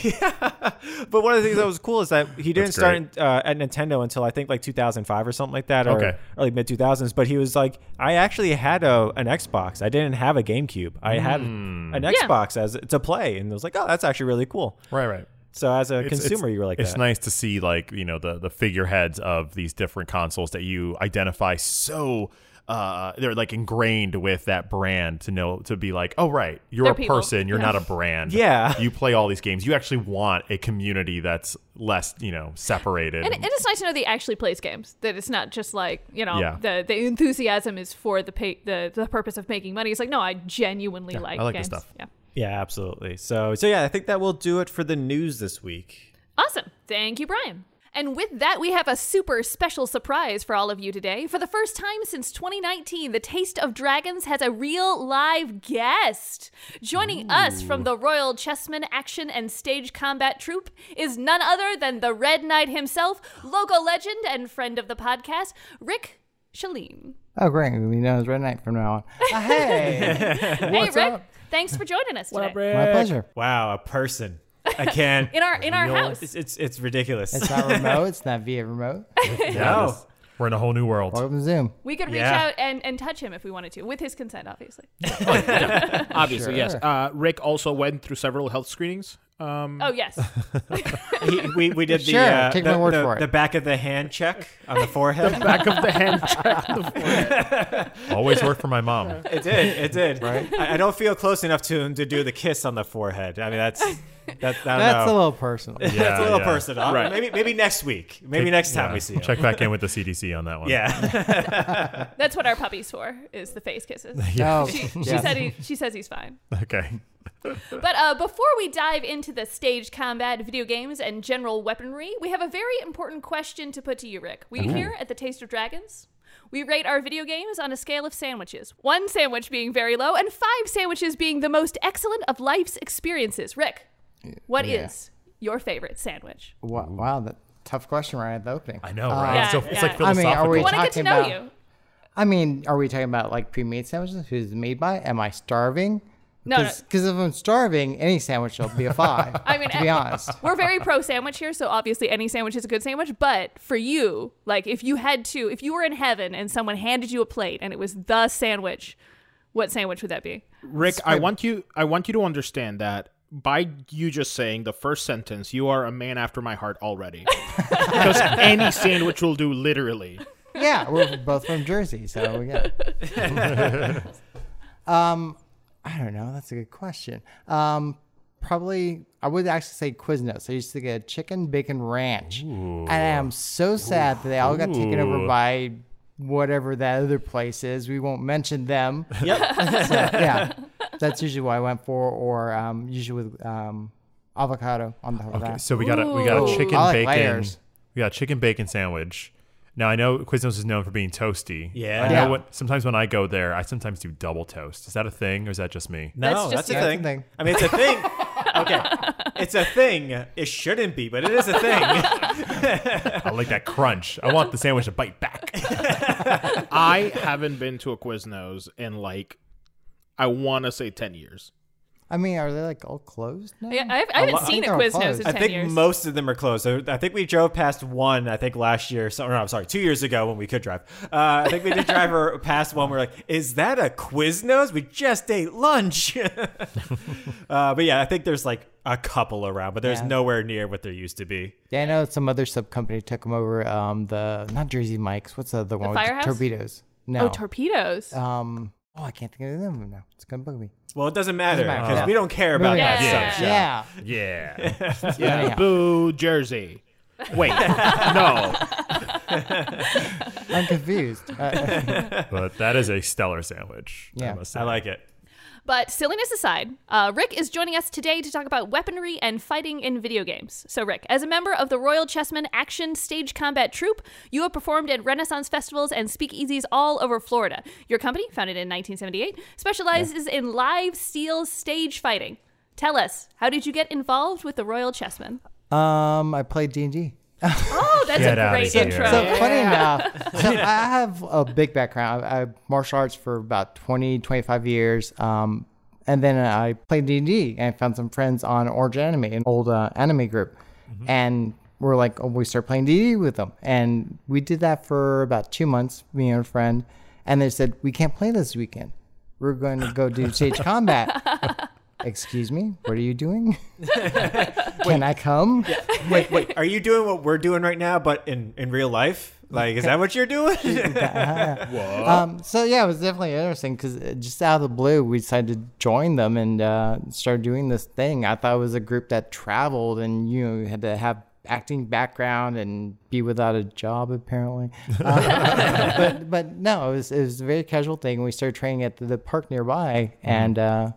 S4: But one of the things that was cool is that he didn't
S3: That's
S4: start
S3: great.
S4: in, uh, at Nintendo until I think like 2005 or something like that, or
S3: Okay.
S4: early mid 2000s. But he was like, I actually had a an Xbox. I didn't have a GameCube. I had
S3: Hmm.
S4: an Xbox as to play, and I was like, oh, that's actually really cool.
S3: Right, right.
S4: So as a
S3: It's-
S4: consumer,
S3: it's-
S4: you were like,
S3: it's
S4: that.
S3: nice to see like you know the the figureheads of these different consoles that you identify so uh they're like ingrained with that brand to know to be like oh right you're
S2: They're
S3: a
S2: people.
S3: person you're not a brand
S4: Yeah.
S3: you play all these games you actually want a community that's less you know separated
S2: And, and it's nice to know they actually plays games. That it's not just like you know
S3: Yeah.
S2: the the enthusiasm is for the pay, the the purpose of making money. It's like no, I genuinely like.
S3: I like this
S2: games.
S3: stuff.
S2: Yeah.
S4: Yeah, absolutely. So so yeah, I think that will do it for the news this week.
S2: Awesome. Thank you, Brian. And with that, we have a super special surprise for all of you today. For the first time since 2019, the Taste of Dragons has a real live guest. Joining us from the Royal Chessmen Action and Stage Combat Troupe is none other than the Red Knight himself, local legend and friend of the podcast, Rick Shaleen.
S7: Oh, great. We know it's Red Knight from now on. Ah, hey.
S2: hey, Rick. Thanks for joining us today.
S7: My pleasure.
S4: Wow, a person. I can.
S2: In our in our house.
S4: it's, it's it's ridiculous.
S7: It's not remote. It's not via remote.
S4: no.
S3: we're in a whole new world
S7: Welcome to Zoom.
S2: We could reach
S4: Yeah.
S2: out and, and touch him if we wanted to, with his consent, obviously.
S5: Oh, Obviously, yes.
S7: Sure.
S5: Uh, Rick also went through several health screenings. Um,
S2: Oh yes.
S4: He- we, we did the,
S7: Sure,
S4: uh,
S7: take
S4: the,
S7: my word
S4: the-
S7: for it.
S4: the back of the hand check on the forehead.
S5: back of the hand check.
S3: always work for my mom
S4: It did. It did. Right. I, I don't feel close enough to him to do the kiss on the forehead. I mean, that's that's I don't
S7: That's
S4: know.
S7: a little personal.
S4: That's a little
S3: yeah.
S4: personal.
S5: Right.
S4: Maybe maybe next week. Maybe next time
S3: Yeah.
S4: we see him.
S3: check back in with the cdc on that one
S4: Yeah.
S2: That's what our puppy's for is the face kisses.
S7: No,
S2: She, she
S7: yes.
S2: said he, she says he's fine.
S4: Oh.
S3: okay
S2: But uh, before we dive into the stage combat, video games, and general weaponry, we have a very important question to put to you, Rick.
S7: Mm-hmm.
S2: We here at the Taste of Dragons, we rate our video games on a scale of sandwiches. One sandwich being very low, and five sandwiches being the most excellent of life's experiences. Rick, what is
S7: yeah.
S2: your favorite sandwich?
S7: Wow, wow, that tough question right at the opening.
S3: i know right
S2: Yeah,
S3: so it's like
S2: yeah.
S7: I mean,
S3: philosophical
S7: are we
S2: I want to get to
S7: talking
S2: know
S7: about-
S2: you.
S7: I mean, are we talking about like pre-made sandwiches? Who's it made by? Am I starving?
S2: No, no.
S7: Because if I'm starving, any sandwich will be a five.
S2: I mean,
S7: to be honest.
S2: We're very pro sandwich here, so obviously any sandwich is a good sandwich. But for you, like if you had to, if you were in heaven and someone handed you a plate and it was the sandwich, what sandwich would that be?
S5: Rick, I want you. I want you to understand that by you just saying the first sentence, you are a man after my heart already. Because any sandwich will do, literally.
S7: yeah, we're both from Jersey, so yeah. um, I don't know. That's a good question. Um, probably I would actually say Quiznos. I used to get a chicken bacon ranch, and I'm so sad that they all got taken over
S3: Ooh.
S7: by whatever that other place is. We won't mention them.
S4: yep.
S7: So, yeah, that's usually what I went for, or um, usually with um, avocado on the
S3: Okay,
S7: that.
S3: so we got a we got
S7: Ooh.
S3: a chicken
S7: I like
S3: bacon.
S7: layers.
S3: We got a chicken bacon sandwich. Now I know Quiznos is known for being toasty.
S4: Yeah.
S3: I know
S7: Yeah.
S3: what. Sometimes when I go there, I sometimes do double toast. Is that a thing, or is that just me?
S4: No,
S2: That's just
S4: that's, a
S2: you.
S7: That's a
S4: thing.
S7: thing.
S4: I mean, it's a thing. Okay. It's a thing. It shouldn't be, but it is a thing.
S3: I like that crunch. I want the sandwich to bite back.
S5: I haven't been to a Quiznos in like, I want to say ten years.
S7: I mean, are they like all closed now?
S2: Yeah, I've, I haven't
S4: lot- I
S2: seen
S7: think
S2: a
S7: they're
S2: Quiznos
S7: closed.
S2: in
S4: I
S2: 10
S4: think
S2: years.
S4: most of them are closed. I I think we drove past one. I think last year. So, no, I'm sorry, two years ago when we could drive. Uh, I think we did drive her past one. We're like, is that a Quiznos? We just ate lunch. uh, but yeah, I think there's like a couple around, but there's
S7: Yeah.
S4: nowhere near what there used to be.
S7: Yeah, I know some other sub company took them over. Um, the not Jersey Mike's. What's the other one? with the
S2: Firehouse?
S7: torpedoes. No.
S2: oh, torpedoes.
S7: um. Oh, I can't think of the name now. It's gonna bug me.
S4: Well, it doesn't matter
S7: matter.
S4: because
S7: Yeah.
S4: we don't care about
S7: Moving
S4: that
S7: on.
S2: Yeah.
S4: stuff.
S7: Yeah.
S3: Yeah.
S5: Yeah.
S7: Anyhow.
S5: Boo, Jersey. Wait, no.
S7: I'm confused. Uh,
S3: but that is a stellar sandwich.
S7: Yeah.
S3: must say.
S4: I like it.
S2: But silliness aside, uh, Rick is joining us today to talk about weaponry and fighting in video games. So, Rick, as a member of the Royal Chessmen Action Stage Combat Troupe, you have performed at Renaissance festivals and speakeasies all over Florida. Your company, founded in 1978, specializes in live steel stage fighting. Tell us, how did you get involved with the Royal Chessmen?
S7: Um, I played D and D.
S2: Oh, that's
S3: Get
S2: a
S3: outta
S2: great
S3: here.
S2: intro.
S7: So funny enough, so I have a big background. I, I martial arts for about 20, 25 years. Um, and then I played D&D and found some friends on Orange Anime, an old uh, anime group. And we're like, oh, we started playing D&D with them. And we did that for about two months, me and a friend. And they said, we can't play this weekend. We're going to go do stage combat. Excuse me, what are you doing? Can I come?
S4: Wait, wait. Are you doing what we're doing right now, but in in real life? Like, is that what you're doing?
S7: Um, so yeah, it was definitely interesting because just out of the blue, we decided to join them and uh, start doing this thing. I thought it was a group that traveled and you know had to have acting background and be without a job apparently. Uh, but but no, it was it was a very casual thing. We started training at the park nearby and uh,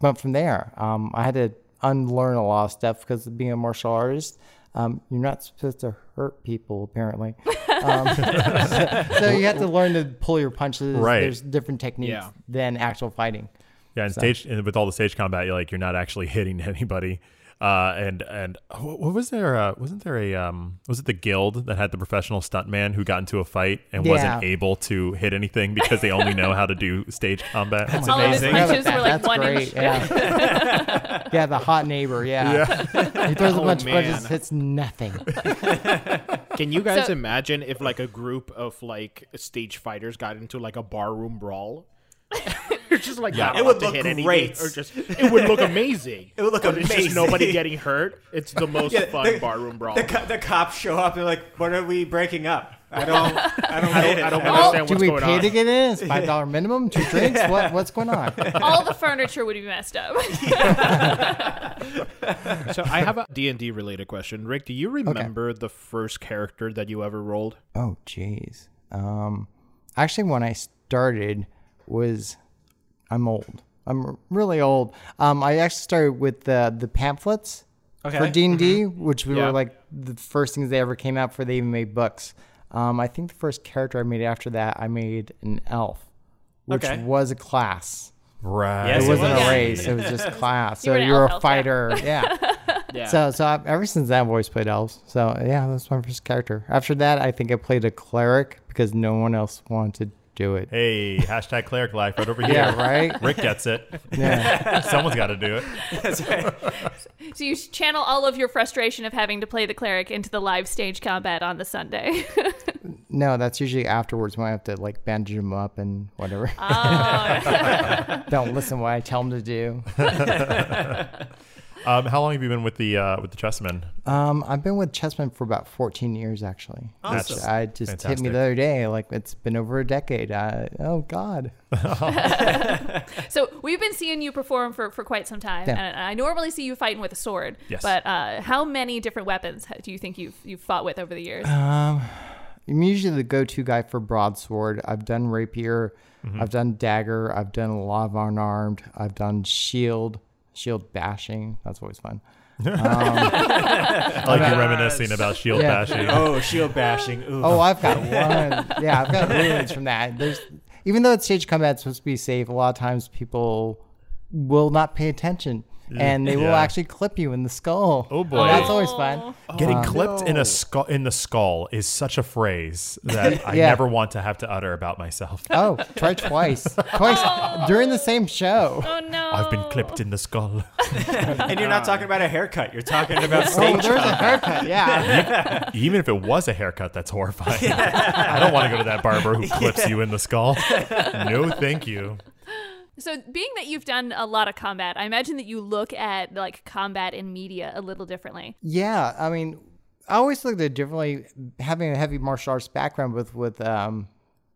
S7: went from there. Um, I had to unlearn a lot of stuff because being a martial artist. Um, you're not supposed to hurt people, apparently. Um, So you have to learn to pull your punches.
S3: Right.
S7: There's different techniques
S5: Yeah.
S7: than actual fighting.
S3: Yeah, and stage and with all the stage combat, you're like you're not actually hitting anybody. Uh, and and wh- what was there? Uh, wasn't there a um? Was it the guild that had the professional stuntman who got into a fight and
S7: Yeah.
S3: wasn't able to hit anything because they only know how to do stage combat? Oh
S2: All of his
S4: amazing.
S2: punches were like
S7: That's
S2: one
S7: great.
S2: inch.
S7: Yeah. yeah, the hot neighbor. Yeah. he throws a bunch of
S5: man.
S7: punches, hits nothing.
S5: Can you guys
S2: So-
S5: imagine if like a group of like stage fighters got into like a barroom brawl? You're just like not
S4: It
S5: allowed
S4: would
S5: to
S4: look
S5: hit anything,
S4: great.
S5: or just it would look amazing.
S4: It would look
S5: But It's just
S4: amazing.
S5: nobody getting hurt. It's the most
S4: Yeah,
S5: fun
S4: the-
S5: barroom brawl.
S4: The, co- the cops show up. They're like, "What are we breaking up? I don't, I don't, get it.
S5: I don't
S4: I
S5: understand what's
S7: Oh, Do we
S5: going
S7: pay
S5: on.
S7: to get in? It's five dollar minimum, two drinks. What what's going on?
S2: All the furniture would be messed up.
S5: So I have a D&D related question. Rick, do you remember the first character that you ever rolled?
S7: Oh jeez. Um, actually, when I started was I'm old. I'm really old. Um, I actually started with the the pamphlets for
S4: Okay.
S7: D and D, which we
S5: Mm-hmm. Yeah.
S7: were like the first things they ever came out for. They even made books. Um, I think the first character I made after that, I made an elf, which
S4: Okay.
S7: was a class.
S3: Right.
S4: Yes,
S7: It
S4: it
S7: wasn't
S4: was.
S7: a race. It was just class.
S2: You
S7: so
S2: were an
S7: you were
S2: elf,
S7: a
S2: elf,
S7: fighter. Yeah.
S5: Yeah.
S7: So so I've, ever since then, I've always played elves. So yeah, that's my first character. After that, I think I played a cleric because no one else wanted to do it.
S3: Hey, hashtag cleric life right over here.
S7: Yeah. Right.
S3: Rick gets it.
S7: Yeah.
S3: Someone's got to do it.
S2: So you channel all of your frustration of having to play the cleric into the live stage combat on the Sunday.
S7: No, that's usually afterwards when I have to like bandage them up and whatever. Don't listen what I tell them to do.
S3: Um, how long have you been with the uh, with the chessmen?
S7: Um, I've been with Chessman for about 14 years actually. Which
S3: Awesome.
S7: I just hit me
S3: Fantastic.
S7: the other day. Like it's been over a decade. I, oh God.
S2: so we've been seeing you perform for, for quite some time,
S7: Yeah.
S2: and I normally see you fighting with a sword.
S3: Yes.
S2: But uh, how many different weapons ha- do you think you've you've fought with over the years?
S7: I'm usually the go-to guy for broadsword. I've done rapier,
S3: Mm-hmm.
S7: I've done dagger, I've done a lot of unarmed, I've done shield, shield bashing. That's always fun.
S3: I like you reminiscing about shield
S7: Uh, Yeah.
S3: E bashing.
S4: Oh, shield bashing. Ooh.
S7: Oh, I've got one. Yeah, I've got ruins from that. There's even though it's stage combat, it's supposed to be safe. A lot of times people will not pay attention, and they will
S3: Yeah.
S7: actually clip you in the skull.
S3: Oh, boy. Oh.
S7: that's always fun.
S3: Getting clipped in a skull in the skull is such a phrase that I
S7: Yeah.
S3: never want to have to utter about myself.
S7: Oh, try twice, twice during the same show.
S2: oh no!
S3: I've been clipped in the skull.
S4: and you're not talking about a haircut. You're talking about
S7: Oh,
S4: stage.
S7: there's a haircut. Yeah.
S3: Even if it was a haircut, that's horrifying. I don't want to go to that barber who clips you in the skull. No, thank you.
S2: So, being that you've done a lot of combat, I imagine that you look at like combat in media a little differently.
S7: Yeah, I mean, I always looked at it differently having a heavy martial arts background with with um,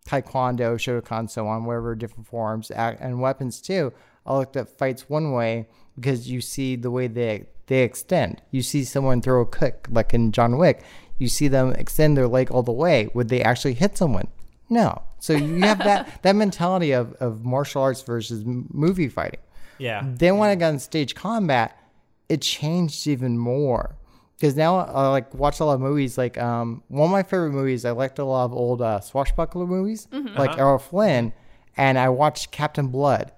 S7: taekwondo, shotokan, so on, whatever different forms a- and weapons too. I looked at fights one way because you see the way they they extend. You see someone throw a kick, like in John Wick. You see them extend their leg all the way. Would they actually hit someone? No, So you have that that mentality of of martial arts versus m- movie fighting.
S4: Yeah.
S7: Then when I got in stage combat, it changed even more because now I like watch a lot of movies. Like um, one of my favorite movies, I liked a lot of old uh, swashbuckler movies, like Errol Flynn, and I watched Captain Blood,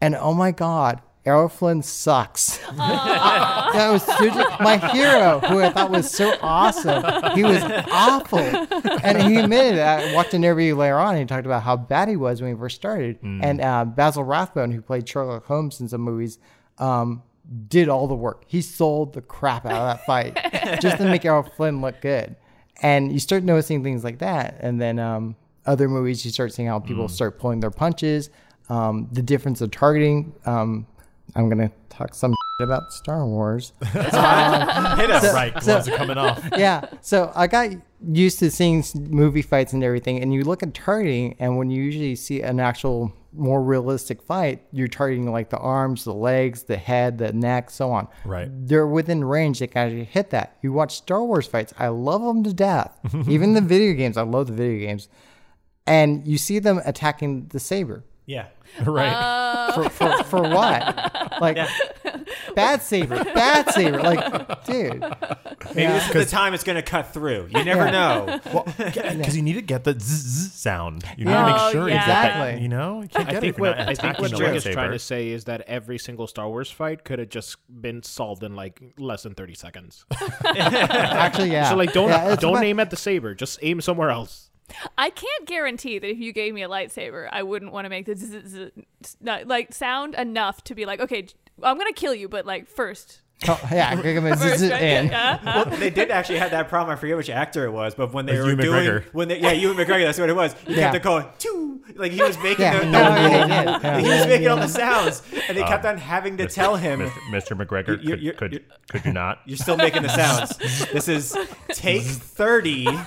S7: and oh my god. Errol Flynn sucks. that was so- my hero, who I thought was so awesome. He was awful, and he admitted. it. I watched an interview later on. And he talked about how bad he was when he first started. And uh, Basil Rathbone, who played Sherlock Holmes in some movies, um, did all the work. He sold the crap out of that fight just to make Errol Flynn look good. And you start noticing things like that, and then um, other movies, you start seeing how people start pulling their punches, um, the difference of targeting. Um, I'm gonna talk some about Star Wars.
S4: Hit us.
S3: right, gloves are coming off.
S7: yeah. So I got used to seeing s- movie fights and everything, and you look at targeting, and when you usually see an actual more realistic fight, you're targeting like the arms, the legs, the head, the neck, so on.
S3: Right.
S7: They're within range; they can actually hit that. You watch Star Wars fights. I love them to death. Even the video games. I love the video games. And you see them attacking the saber
S4: Yeah.
S3: Right.
S7: for, for, for what? Like bad saber, bad saber. Like, dude.
S4: Maybe this is the time it's going to cut through. You never know.
S3: Well, because you need to get the zzz sound. You need to
S2: Yeah.
S3: make
S2: Oh,
S3: sure
S2: yeah.
S3: it's that,
S7: Exactly.
S3: you know, you can't get
S8: I
S3: it
S8: think
S3: if you're
S8: what
S3: not
S8: I think
S3: attacking
S8: what
S3: the
S8: Drake
S3: lightsaber.
S8: is trying to say is that every single Star Wars fight could have just been solved in like less than thirty seconds.
S7: Actually, yeah.
S8: So like, don't
S7: Yeah, it's
S8: don't
S7: about-
S8: aim at the saber. Just aim somewhere else.
S2: I can't guarantee that if you gave me a lightsaber, I wouldn't want to make the zzz, zzz, zzz, not- like sound enough to be like, okay, j- I'm gonna kill you, but like first.
S7: Oh, yeah, I think I'm gonna
S2: First,
S7: zzz
S2: right?
S7: in.
S2: Yeah.
S4: Well, they did actually have that problem. I forget which actor it was, but when they
S3: Like
S4: were
S3: Ewan
S4: doing
S3: McGregor.
S4: when they, yeah, Ewan McGregor, that's what it was. He
S7: Yeah.
S4: kept on going "Too," like he was making
S7: Yeah,
S4: the,
S7: no,
S4: the-
S7: yeah, yeah, yeah.
S4: he was making all the sosounds, and they kept on having to tell him,
S3: Mr. McGregor,
S4: You-
S3: could,
S4: you-
S3: could,
S4: you-
S3: could you not?
S4: "You're still making the sounds. This is take 30. and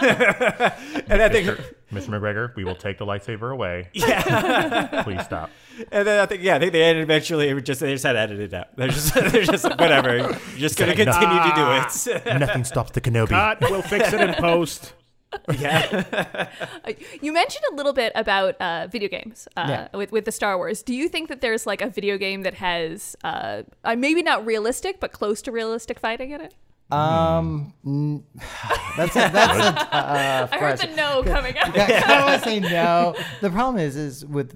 S4: I think,
S3: Mr. McGregor, we will take the lightsaber away.
S4: yeah,
S3: Please stop.
S4: and then I think, yeah, I think they ended eventually. It was just they just had to edit it out. They're just, they're just like, whatever. You're just gonna
S3: Nah.
S4: continue to do
S3: Nothing stops the Kenobi.
S8: But we'll fix it in post.
S4: it. yeah.
S2: Uh, You mentioned a little bit about uh, video games uh,
S7: Yeah.
S2: with with the Star Wars. Do you think that there's like a video game that has uh, uh, maybe not realistic but close to realistic fighting in it?
S7: Um, mm, that's a, that's a uh,
S2: I heard the no coming out.
S7: yeah, I don't want to say no. The problem is, is with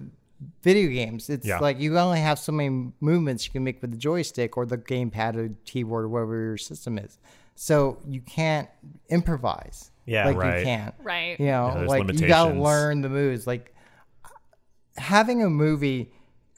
S7: video games, it's
S3: Yeah.
S7: like you only have so many movements you can make with the joystick or the gamepad or keyboard or whatever your system is. So you can't improvise.
S4: Yeah,
S7: like
S3: right.
S7: you can't.
S2: Right.
S7: You know,
S3: Yeah, there's
S7: like you gotta
S3: limitations.
S7: learn the moves. Like having a movie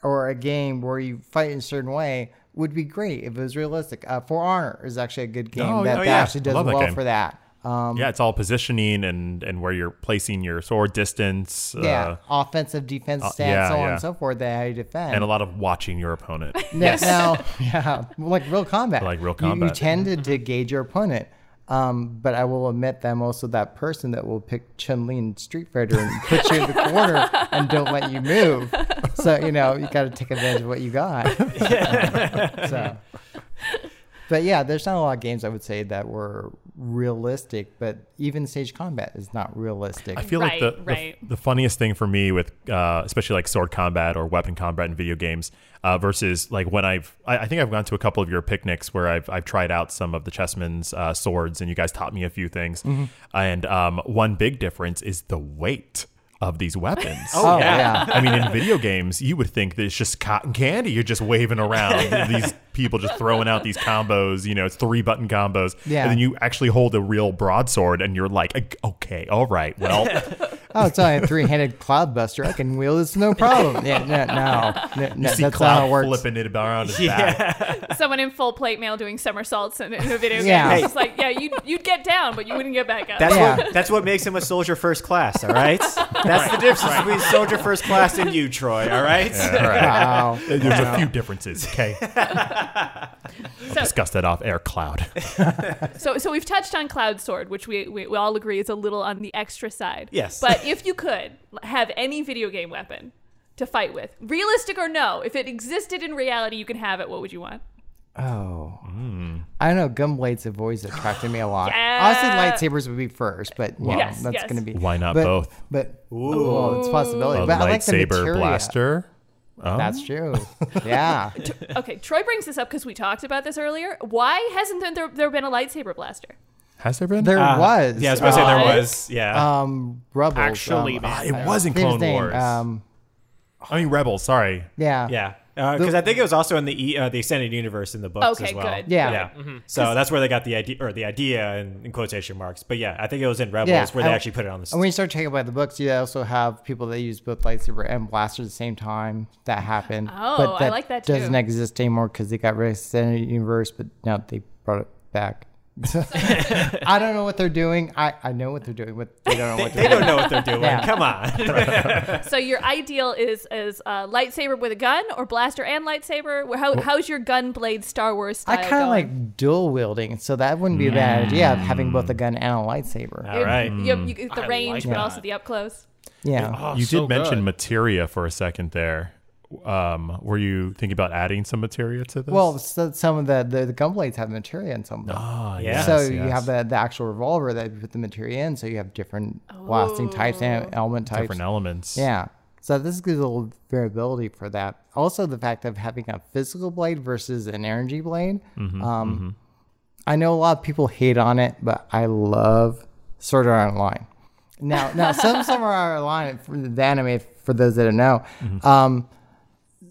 S7: or a game where you fight in a certain way would be great if it was realistic. Uh, for Honor is actually a good game
S3: Oh,
S7: that,
S3: oh,
S7: that
S3: yeah.
S7: actually
S3: I
S7: does
S3: love that
S7: well
S3: game.
S7: for that. Um,
S3: Yeah, it's all positioning and and where you're placing your sword distance.
S7: yeah,
S3: uh,
S7: offensive, defense, stats,
S3: yeah,
S7: so on
S3: yeah.
S7: and so forth. That how you defend.
S3: and a lot of watching your opponent.
S7: Now, now- yeah, like real combat.
S3: Like real
S7: You- You,
S3: combat. Mm-hmm.
S7: tended to gauge your opponent. Um, but I will admit that I'm also that person that will pick Chun Li in Street Fighter and put you in the corner and don't let you move. So you know you got to take advantage of what you got. so, but yeah, there's not a lot of games I would say that were realistic. But even stage combat is not realistic.
S3: I feel like
S2: Right,
S3: the, the-
S2: right.
S3: the funniest thing for me with uh, especially like sword combat or weapon combat in video games uh, versus like when I've I, I think I've gone to a couple of your picnics where I've I've tried out some of the chessmen's uh, swords and you guys taught me a few things
S7: Mm-hmm.
S3: and um, one big difference is the weight of these weapons.
S7: oh
S4: yeah.
S7: yeah.
S3: I mean, in video games, you would think that it's just cotton candy. You're just waving around these people, just throwing out these combos. You know, it's three button combos.
S7: Yeah.
S3: And then you actually hold a real broadsword, and you're like, okay, all right, well,
S7: Oh, it's only a three-handed cloud buster. I can wield this no problem. Yeah, no, no, no, no
S3: see
S7: that's not how
S3: Cloud
S7: it works.
S3: flipping it around his back.
S2: Someone in full plate mail doing somersaults in, in a video
S7: Yeah.
S2: game.
S7: Hey.
S2: It's just like, yeah, you'd, you'd get down, but you wouldn't get back up.
S4: That's
S7: Yeah.
S4: what that's what makes him a soldier first class, all right? That's the difference between soldier first class and you, Troy, all right?
S3: All right.
S7: Wow.
S3: There's a few differences. Okay,
S2: so,
S3: discuss that off air, Cloud.
S2: so, so we've touched on Cloud Sword, which we, we, we all agree is a little on the extra side.
S4: Yes.
S2: But if you could have any video game weapon to fight with, realistic or no, if it existed in reality, you can have it, what would you want?
S7: Oh. I don't know. Gunblades have always attracted me a lot.
S2: Yeah.
S7: Honestly, lightsabers would be first, but yeah,
S2: Yes,
S7: that's
S2: yes.
S7: gonna be
S3: Why not
S7: but-
S3: both?
S7: But oh, it's a possibility.
S3: A
S7: but I like the
S3: lightsaber
S7: materia.
S3: blaster. Oh.
S7: That's true. Yeah.
S2: Okay, Troy brings this up because we talked about this earlier. Why hasn't there- there, there been a lightsaber blaster?
S3: Has there been?
S7: There
S4: Uh,
S7: was.
S4: Yeah, I was going to say
S2: What?
S4: there was. Yeah.
S7: um Rebels.
S8: Actually,
S7: um,
S8: man.
S3: Ah, it was in
S7: I forget his
S3: Clone
S7: name,
S3: Wars.
S7: Um,
S3: I mean, Rebels. Sorry.
S7: yeah.
S4: yeah. Because I think it was also in the e- uh, the extended universe in the books
S2: Okay,
S4: as well.
S2: good,
S7: Yeah.
S4: yeah. So that's where they got the idea, or the idea in, in quotation marks. But yeah, I think it was in Rebels
S7: Yeah,
S4: where they
S7: I-
S4: actually put it on the.
S7: And when you start checking about the books, you also have people that use both lightsaber and blaster at the same time. That happened.
S2: Oh, I
S7: but that
S2: like that
S7: Doesn't
S2: too.
S7: exist anymore because they got rid of extended universe, but now they brought it back. I don't know what they're doing. I, I know what they're doing, but they don't know what
S4: they
S7: they're
S4: don't
S7: doing.
S4: know what they're doing.
S7: Yeah.
S4: Come on.
S2: So your ideal is is uh, lightsaber with a gun or blaster and lightsaber. Wh- How, how's your gun blade Star Wars style?
S7: I kind of
S2: going?
S7: like dual wielding, so that wouldn't be a
S3: Mm.
S7: bad idea of having both a gun and a lightsaber.
S4: All right. Hmm.
S2: You, you, get the
S8: I
S2: range,
S8: like
S2: but also
S8: that.
S2: the up close.
S7: Yeah.
S8: Oh,
S3: you
S8: so
S3: did mention
S8: good.
S3: materia for a second there. Um, were you thinking about adding some materia to this?
S7: Well, so some of the, the, the gun blades have materia in some of them.
S3: Ah,
S4: Yeah.
S3: yes,
S7: so you
S3: yes.
S7: have the, the actual revolver that you put the materia in, so you have different blasting types
S2: Oh.
S7: and element types.
S3: different elements.
S7: yeah. So this gives a little variability for that. Also, the fact of having a physical blade versus an energy blade. um, I know a lot of people hate on it, but I love Sword Art Online. Now, now some some are online for the anime. For those that don't know, um,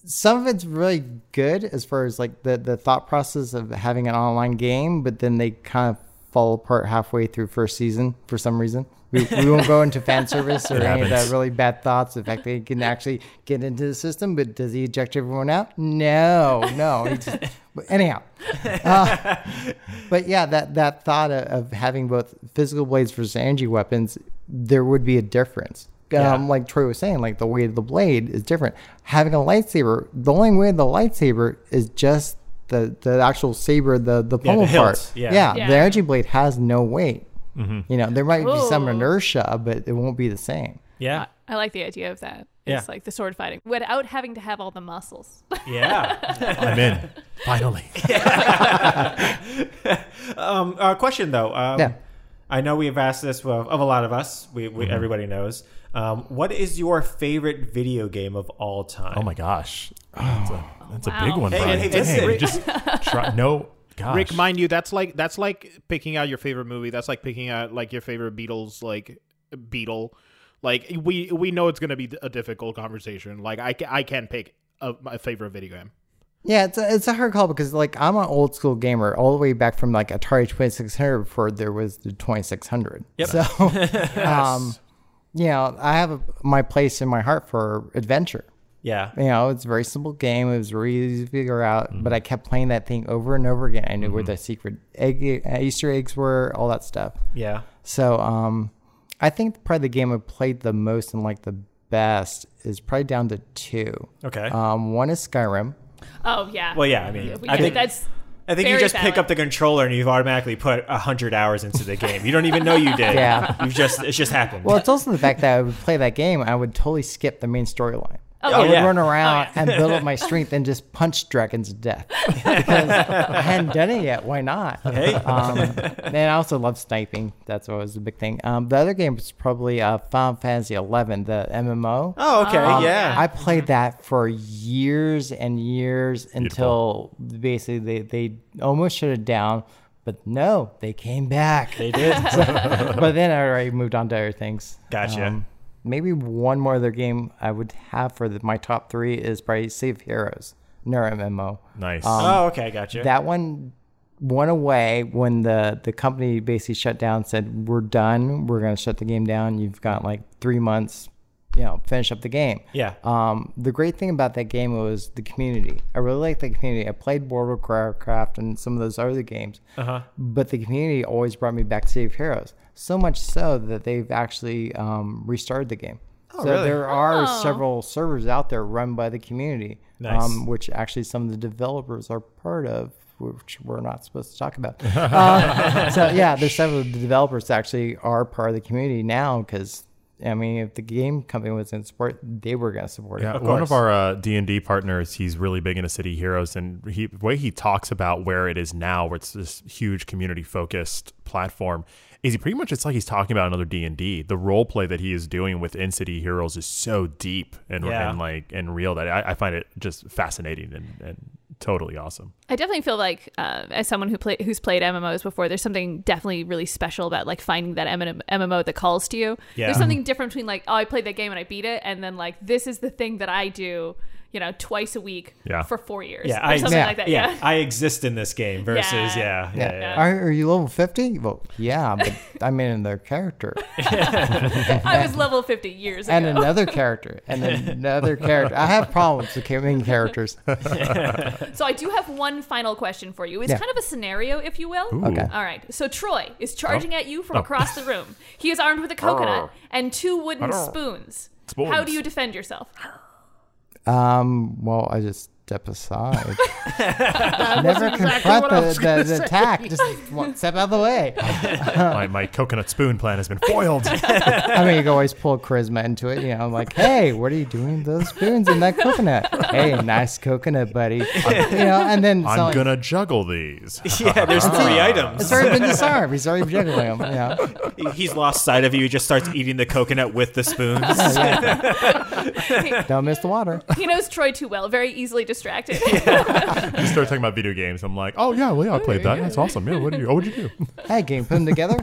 S7: some of it's really good as far as like the the thought process of having an online game, but then they kind of fall apart halfway through first season for some reason. We, we won't go into fan service or any of that
S3: happens.
S7: really bad thoughts. In fact, they can actually get into the system, but does he eject everyone out? No, no. He just, but anyhow, uh, but yeah, that that thought of, of having both physical blades versus energy weapons, there would be a difference. Um, like Troy was saying, like the weight of the blade is different. Having a lightsaber, the only way of the lightsaber is just the the actual saber,
S4: Yeah,
S7: the the
S4: the
S7: pommel
S4: hilt,
S7: part.
S4: yeah. Mm-hmm.
S2: Yeah.
S7: the energy blade has no weight. You know, there might be some
S2: Whoa.
S7: inertia, but it won't be the same.
S4: Yeah.
S2: I like the idea of that.
S4: Yeah.
S2: It's like the sword fighting without having to have all the muscles.
S4: Yeah.
S3: I'm in. Finally.
S4: Um, uh, question though. Um,
S7: Yeah.
S4: I know we've asked this of, of a lot of us. We, we
S7: Mm-hmm.
S4: everybody knows. Um, what is your favorite video game of all time?
S3: Oh my gosh. That's a, that's a big
S2: wow.
S3: one,
S4: Hey,
S3: Brian.
S4: hey,
S3: Dang,
S4: listen.
S3: you just try, no, gosh.
S8: Rick, mind you, that's like that's like picking out your favorite movie. That's like picking out like your favorite Beatles like Beatle. Like we we know it's gonna be a difficult conversation. Like I ca- I can pick a, my favorite video game.
S7: Yeah, it's a, it's a hard call because like I'm an old school gamer all the way back from like Atari 2600 before there was the 2600. So, um, you know, I have a, my place in my heart for adventure.
S4: Yeah.
S7: You know, it's a very simple game. It was very easy to figure out, but I kept playing that thing over and over again. I knew where the secret egg, uh, Easter eggs were, all that stuff.
S4: Yeah.
S7: So, um, I think probably the game I played the most and like the best is probably down to two.
S4: Okay.
S7: Um, one is Skyrim.
S2: Oh yeah.
S4: well, yeah. I mean,
S2: We-
S4: I think
S2: that's
S4: I think you
S2: very
S4: just
S2: valid.
S4: pick up the controller and you've automatically put hundred hours into the game. You don't even know you did.
S7: Yeah.
S4: You've just it's just happened.
S7: Well, it's also the fact that I would play that game, I would totally skip the main storyline.
S2: Oh,
S7: I would
S4: yeah.
S7: run around and build up my strength and just punch dragons to death because I hadn't done it yet. Why not? Um, and I also love sniping. That's what was the big thing. Um, the other game was probably uh, Final Fantasy XI, the MMO.
S4: oh, okay.
S2: Um,
S4: yeah. Mm-hmm.
S7: I played that for years and years until basically they, they almost shut it down, but no, they came back.
S4: they did.
S7: but then I already moved on to other things.
S4: Gotcha.
S7: Um, maybe one more other game I would have for the, my top three is probably Save Heroes, Neuro MMO.
S3: nice.
S4: oh, okay. Gotcha.
S7: um, That one went away when the, the company basically shut down and said, We're done. We're going to shut the game down. You've got like three months, you know, finish up the game.
S4: yeah.
S7: Um, the great thing about that game was the community. I really liked the community. I played World of Warcraft and some of those other games, uh-huh. but the community always brought me back to City of Heroes. So much so that they've actually um, restarted the game. Oh, so
S4: really?
S7: there are several servers out there run by the community,
S4: Nice.
S7: um, which actually some of the developers are part of, which we're not supposed to talk about. Uh, so yeah, there's several developers that actually are part of the community now because I mean, if the game company was in support, they were going to support
S3: Yeah,
S7: it.
S3: one of our uh, D and D partners, he's really big into City Heroes, and he the way he talks about where it is now, where it's this huge community focused platform, is he pretty much it's like he's talking about another D and D. The role play that he is doing within City Heroes is so deep and,
S4: Yeah.
S3: and like and real that I, I find it just fascinating and, and totally awesome.
S2: I definitely feel like, uh, as someone who play, who's played MMOs before, there's something definitely really special about like finding that M- MMO that calls to you.
S4: Yeah.
S2: There's something different between like, oh, I played that game and I beat it, and then like this is the thing that I do, you know, twice a week
S3: Yeah.
S2: for four years.
S4: Yeah,
S2: or
S4: I-
S2: something
S7: Yeah.
S2: like that.
S4: yeah,
S2: Yeah.
S4: I exist in this game versus yeah,
S2: Yeah.
S4: yeah, yeah.
S7: Are, are you level 50? Well, yeah, but I'm in their character.
S2: I was level 50 years
S7: and
S2: ago.
S7: another character and another character. I have problems with main characters.
S2: So I do have one final question for you. It's
S7: Yeah.
S2: kind of a scenario, if you will.
S7: Okay.
S2: All right. So Troy is
S3: Oh.
S2: charging at you from across the room. He is armed with a coconut and two wooden spoons. How
S3: Spoons.
S2: do you defend yourself?
S7: Um, well, I just step aside. Never
S8: what
S7: confront
S8: I was
S7: the, the, the attack. Just one step out of the way.
S3: my, my coconut spoon plan has been foiled.
S7: I mean, you can always pull charisma into it. You know, like, hey, what are you doing with those spoons and that coconut? Hey, nice coconut, buddy. you know, and then so-
S3: I'm gonna juggle these.
S4: Yeah, there's three items.
S7: It's already been disarmed. He's already juggling them. You know.
S4: He's lost sight of you. He just starts eating the coconut with the spoons.
S7: Don't miss the water.
S2: He knows Troy too well, very easily distracted.
S3: You start talking about video games. I'm like, oh yeah, well yeah, I played that. That's awesome. Yeah, what did you? Oh, what'd you do?
S7: Hey, game, put them together.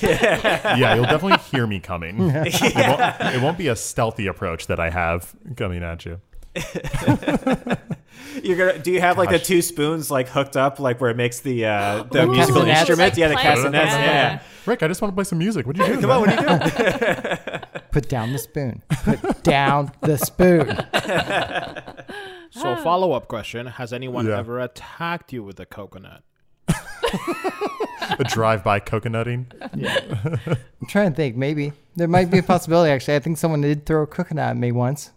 S3: yeah, you'll definitely hear me coming. It, won't, it won't be a stealthy approach that I have coming at you.
S4: You're gonna do you have like the two spoons like hooked up like where it makes the uh, the
S7: Ooh.
S4: musical
S7: Castanets.
S4: instruments? Yeah, the
S2: Like
S4: castanets.
S2: playing,
S4: Yeah.
S3: Rick, I just want to play some music. What do you do? Come
S4: What do you do?
S7: Put down the spoon. Put down the spoon.
S8: So,
S7: Ah.
S8: follow up question Has anyone
S3: Yeah.
S8: ever attacked you with a coconut?
S3: a drive-by coconutting.
S7: I'm trying to think. Maybe there might be a possibility. Actually, I think someone did throw a coconut at me once.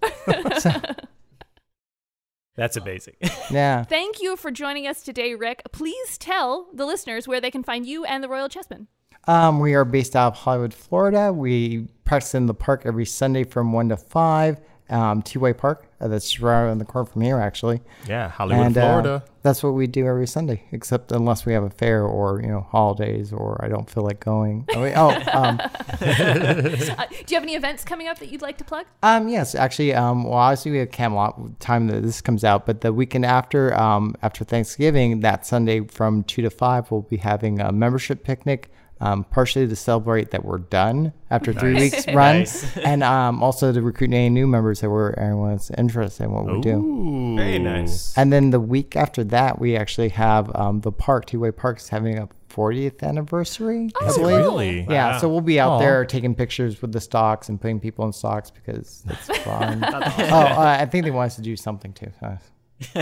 S4: That's amazing.
S7: Yeah.
S2: Thank you for joining us today, Rick. Please tell the listeners where they can find you and the Royal Chessmen.
S7: Um, we are based out of Hollywood, Florida. We practice in the park every Sunday from one to five. Um, Two Way Park. Uh, that's right around the corner from here, actually.
S3: Yeah, Hollywood,
S7: uh,
S3: Florida.
S7: that's what we do every Sunday, except unless we have a fair or you know holidays or I don't feel like going. Oh, wait, oh um,
S2: Uh, do you have any events coming up that you'd like to plug?
S7: Um, yes, actually, um, well, obviously we have Camelot time that this comes out, but the weekend after, um, after Thanksgiving, that Sunday from two to five, we'll be having a membership picnic, um, partially to celebrate that we're done after three weeks run,
S4: Nice.
S7: and um, also to recruit any new members that were anyone's interested in what we do.
S3: Ooh.
S4: Very nice.
S7: And then the week after that, we actually have um, the park, Two Way Park's having a 40th anniversary. I believe.
S3: Really?
S7: Yeah, so we'll be out
S3: Aw.
S7: there taking pictures with the stocks and putting people in stocks because it's fun. Oh, uh, I think they want us to do something too. Uh,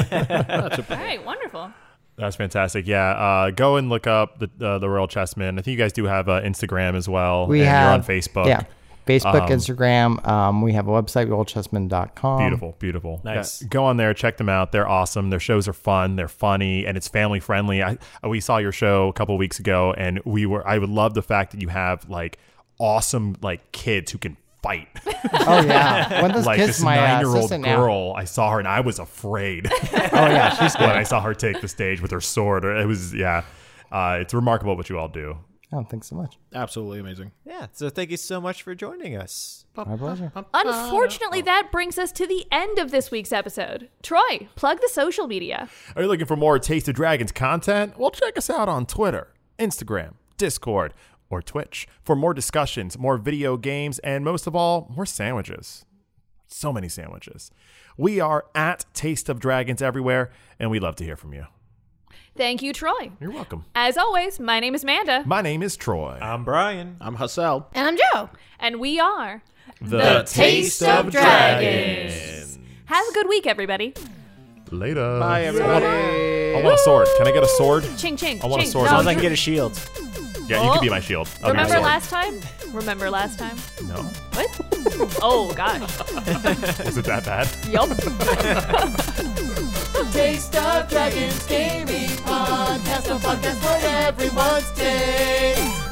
S2: All right, wonderful.
S3: That's fantastic. Yeah, uh, go and look up the uh, the Royal Chessmen. I think you guys do have uh, Instagram as well.
S7: We
S3: and
S7: have
S3: you're on Facebook.
S7: Yeah, Facebook,
S3: Um,
S7: Instagram. Um, we have a website, rollchessman.com.
S3: Beautiful, beautiful.
S4: Nice.
S3: Yeah, go on there, check them out. They're awesome. Their shows are fun. They're funny, and it's family friendly. I we saw your show a couple weeks ago, and we were. I would love the fact that you have like awesome like kids who can fight.
S7: Oh yeah, one of those
S3: like
S7: kids,
S3: this
S7: my uh,
S3: nine-year-old
S7: assistant now.
S3: girl, I saw her and I was afraid
S7: Oh yeah, she's
S3: when I saw her take the stage with her sword. It was yeah, uh, it's remarkable what you all do.
S7: oh, thanks so much.
S8: Absolutely amazing.
S4: Yeah. So thank you so much for joining us.
S7: My pleasure.
S2: Unfortunately, that brings us to the end of this week's episode. Troy, plug the social media.
S3: Are you looking for more Taste of Dragons content? Well, check us out on Twitter, Instagram, Discord, or Twitch for more discussions, more video games, and most of all, more sandwiches. So many sandwiches. We are at Taste of Dragons everywhere, and we love to hear from you.
S2: Thank you, Troy.
S3: You're welcome.
S2: As always, my name is Manda,
S3: My name is Troy.
S4: I'm Brian.
S8: I'm Hassel.
S6: And I'm Joe.
S2: and we are.
S3: the
S6: Taste of
S2: Dragons. Have a good week, everybody.
S3: Later.
S8: Bye, everybody.
S3: I want, I want a sword. Can I get a sword?
S2: Ching, ching,
S3: I want a
S2: ching.
S3: sword.
S4: As
S2: No,
S4: long as I
S2: you-
S4: can get a shield.
S3: Yeah, you can be my shield. I'll be your
S2: Remember
S3: sword.
S2: last time? Remember last time?
S3: No.
S2: What? oh, gosh.
S3: Was it that bad?
S2: Yup.
S1: Taste of Dragons Gaming Podcast, a podcast for everyone's taste.